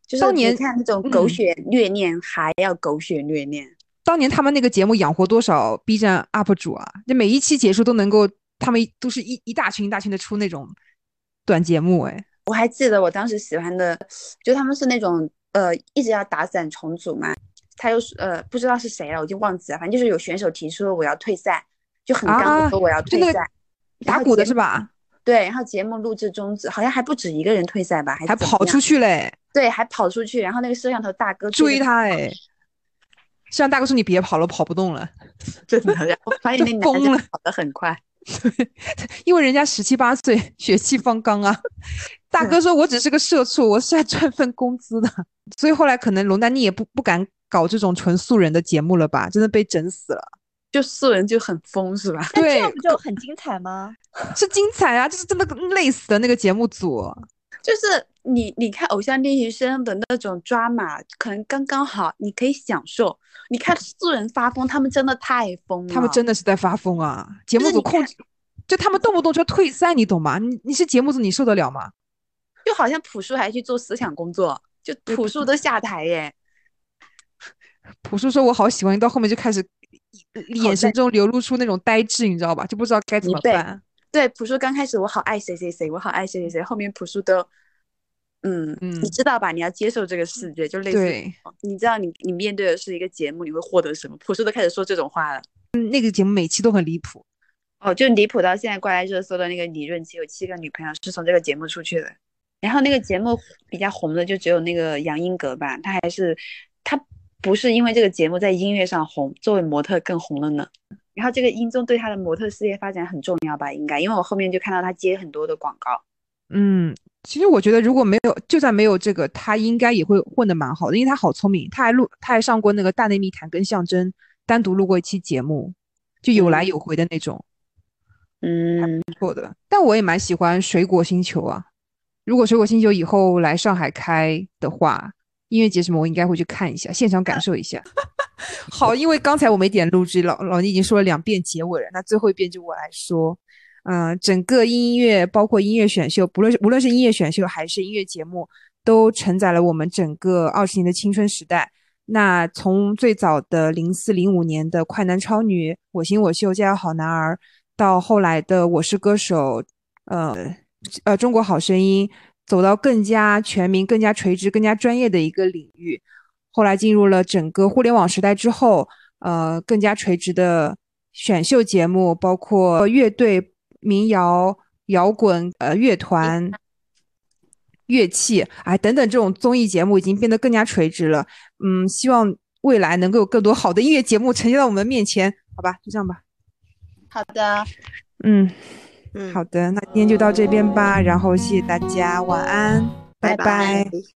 Speaker 2: 就是
Speaker 3: 当年
Speaker 2: 比看那种狗血虐恋还要狗血虐恋。
Speaker 3: 当年他们那个节目养活多少 B 站 UP 主啊？就每一期结束都能够，他们都是一一大群一大群的出那种短节目，哎，
Speaker 2: 我还记得我当时喜欢的，就他们是那种呃一直要打散重组嘛，他又是呃不知道是谁了，我已经忘记了，反正就是有选手提出我要退赛，就很刚
Speaker 3: 啊
Speaker 2: 的说我要
Speaker 3: 就
Speaker 2: 退
Speaker 3: 那个
Speaker 2: 赛，然
Speaker 3: 打
Speaker 2: 后
Speaker 3: 鼓的
Speaker 2: 节
Speaker 3: 是
Speaker 2: 目？
Speaker 3: 吧？
Speaker 2: 对，然后节目录制终止，好像还不止一个人退赛吧，还
Speaker 3: 还
Speaker 2: 是怎么
Speaker 3: 跑
Speaker 2: 样
Speaker 3: 出去嘞，
Speaker 2: 对，还跑出去，然后那个摄像头大哥
Speaker 3: 追
Speaker 2: 着
Speaker 3: 他哎！虽然大哥说你别跑了，跑不动了，
Speaker 2: 真的，然后发现那男的
Speaker 3: 疯
Speaker 2: 真的
Speaker 3: 了
Speaker 2: 跑得很快，
Speaker 3: 因为人家十七八岁， *laughs* 血气方刚啊。 *laughs* 大哥说：“我只是个社畜，我是来赚份工资的。” *laughs* 所以后来可能龙丹妮也不不敢搞这种纯素人的节目了吧？真的被整死了。
Speaker 2: 就素人就很疯是吧？
Speaker 4: 那这
Speaker 3: 对
Speaker 4: 样，不就很精彩吗？
Speaker 3: 是精彩啊！就是真的累死的那个节目组，
Speaker 2: 就是你你看《偶像练习生》的那种抓马，可能刚刚好，你可以享受。你看素人发疯，他们真的太疯了，
Speaker 3: 他们真的是在发疯啊！节
Speaker 2: 就
Speaker 3: 目
Speaker 2: 是
Speaker 3: 组
Speaker 2: 你
Speaker 3: 控
Speaker 2: 看
Speaker 3: 制，就他们动不动就退赛，你懂吗？你你是节目组，你受得了吗？
Speaker 2: 就好像朴树还去做思想工作，就朴树都下台耶。
Speaker 3: 朴树说：“我好喜欢。”到后面就开始眼神中流露出那种呆滞，你知道吧？就不知道该怎
Speaker 2: 疲
Speaker 3: 么
Speaker 2: 惫
Speaker 3: 办。
Speaker 2: 对，朴树刚开始我好爱谁谁谁，我好爱谁谁谁，后面朴树都，嗯，
Speaker 3: 嗯
Speaker 2: 你知道吧？你要接受这个世界，就类似于
Speaker 3: 对，
Speaker 2: 你知道你你面对的是一个节目，你会获得什么？朴树都开始说这种话了。
Speaker 3: 嗯那个节目每期都很离谱。
Speaker 2: 哦，就离谱到现在挂在热搜的那个李润奇有七个女朋友是从这个节目出去的。然后那个节目比较红的就只有那个杨英格吧，她还是她不是因为这个节目在音乐上红，作为模特更红了呢。然后这个音综对她的模特事业发展很重要吧？应该，因为我后面就看到她接很多的广告。
Speaker 3: 嗯，其实我觉得如果没有，就算没有这个，他应该也会混得蛮好的，因为他好聪明，他还录，他还上过那个《大内密谈》跟象征单独录过一期节目，就有来
Speaker 2: 嗯
Speaker 3: 有回的那种，
Speaker 2: 嗯，
Speaker 3: 不错的。但我也蛮喜欢水果星球啊，如果水果星球以后来上海开的话，音乐节什么我应该会去看一下，现场感受一下。 *laughs* 好，因为刚才我没点录制，老老倪已经说了两遍结尾了，那最后一遍就我来说。嗯、整个音乐包括音乐选秀，不论是无论是音乐选秀还是音乐节目，都承载了我们整个二十年的青春时代。那从最早的零四零五年的《快男超女》《我型我秀》《加油好男儿》，到后来的《我是歌手》，呃呃，《中国好声音》，走到更加全民、更加垂直、更加专业的一个领域。后来进入了整个互联网时代之后，呃，更加垂直的选秀节目，包括乐队、民谣、摇滚、呃乐团、乐器，哎等等这种综艺节目已经变得更加垂直了。嗯，希望未来能够有更多好的音乐节目呈现到我们面前，好吧？就这样吧。
Speaker 2: 好的，
Speaker 3: 嗯，
Speaker 4: 嗯，嗯
Speaker 3: 好的，那今天就到这边吧，然后谢谢大家，晚安，拜
Speaker 2: 拜
Speaker 3: 拜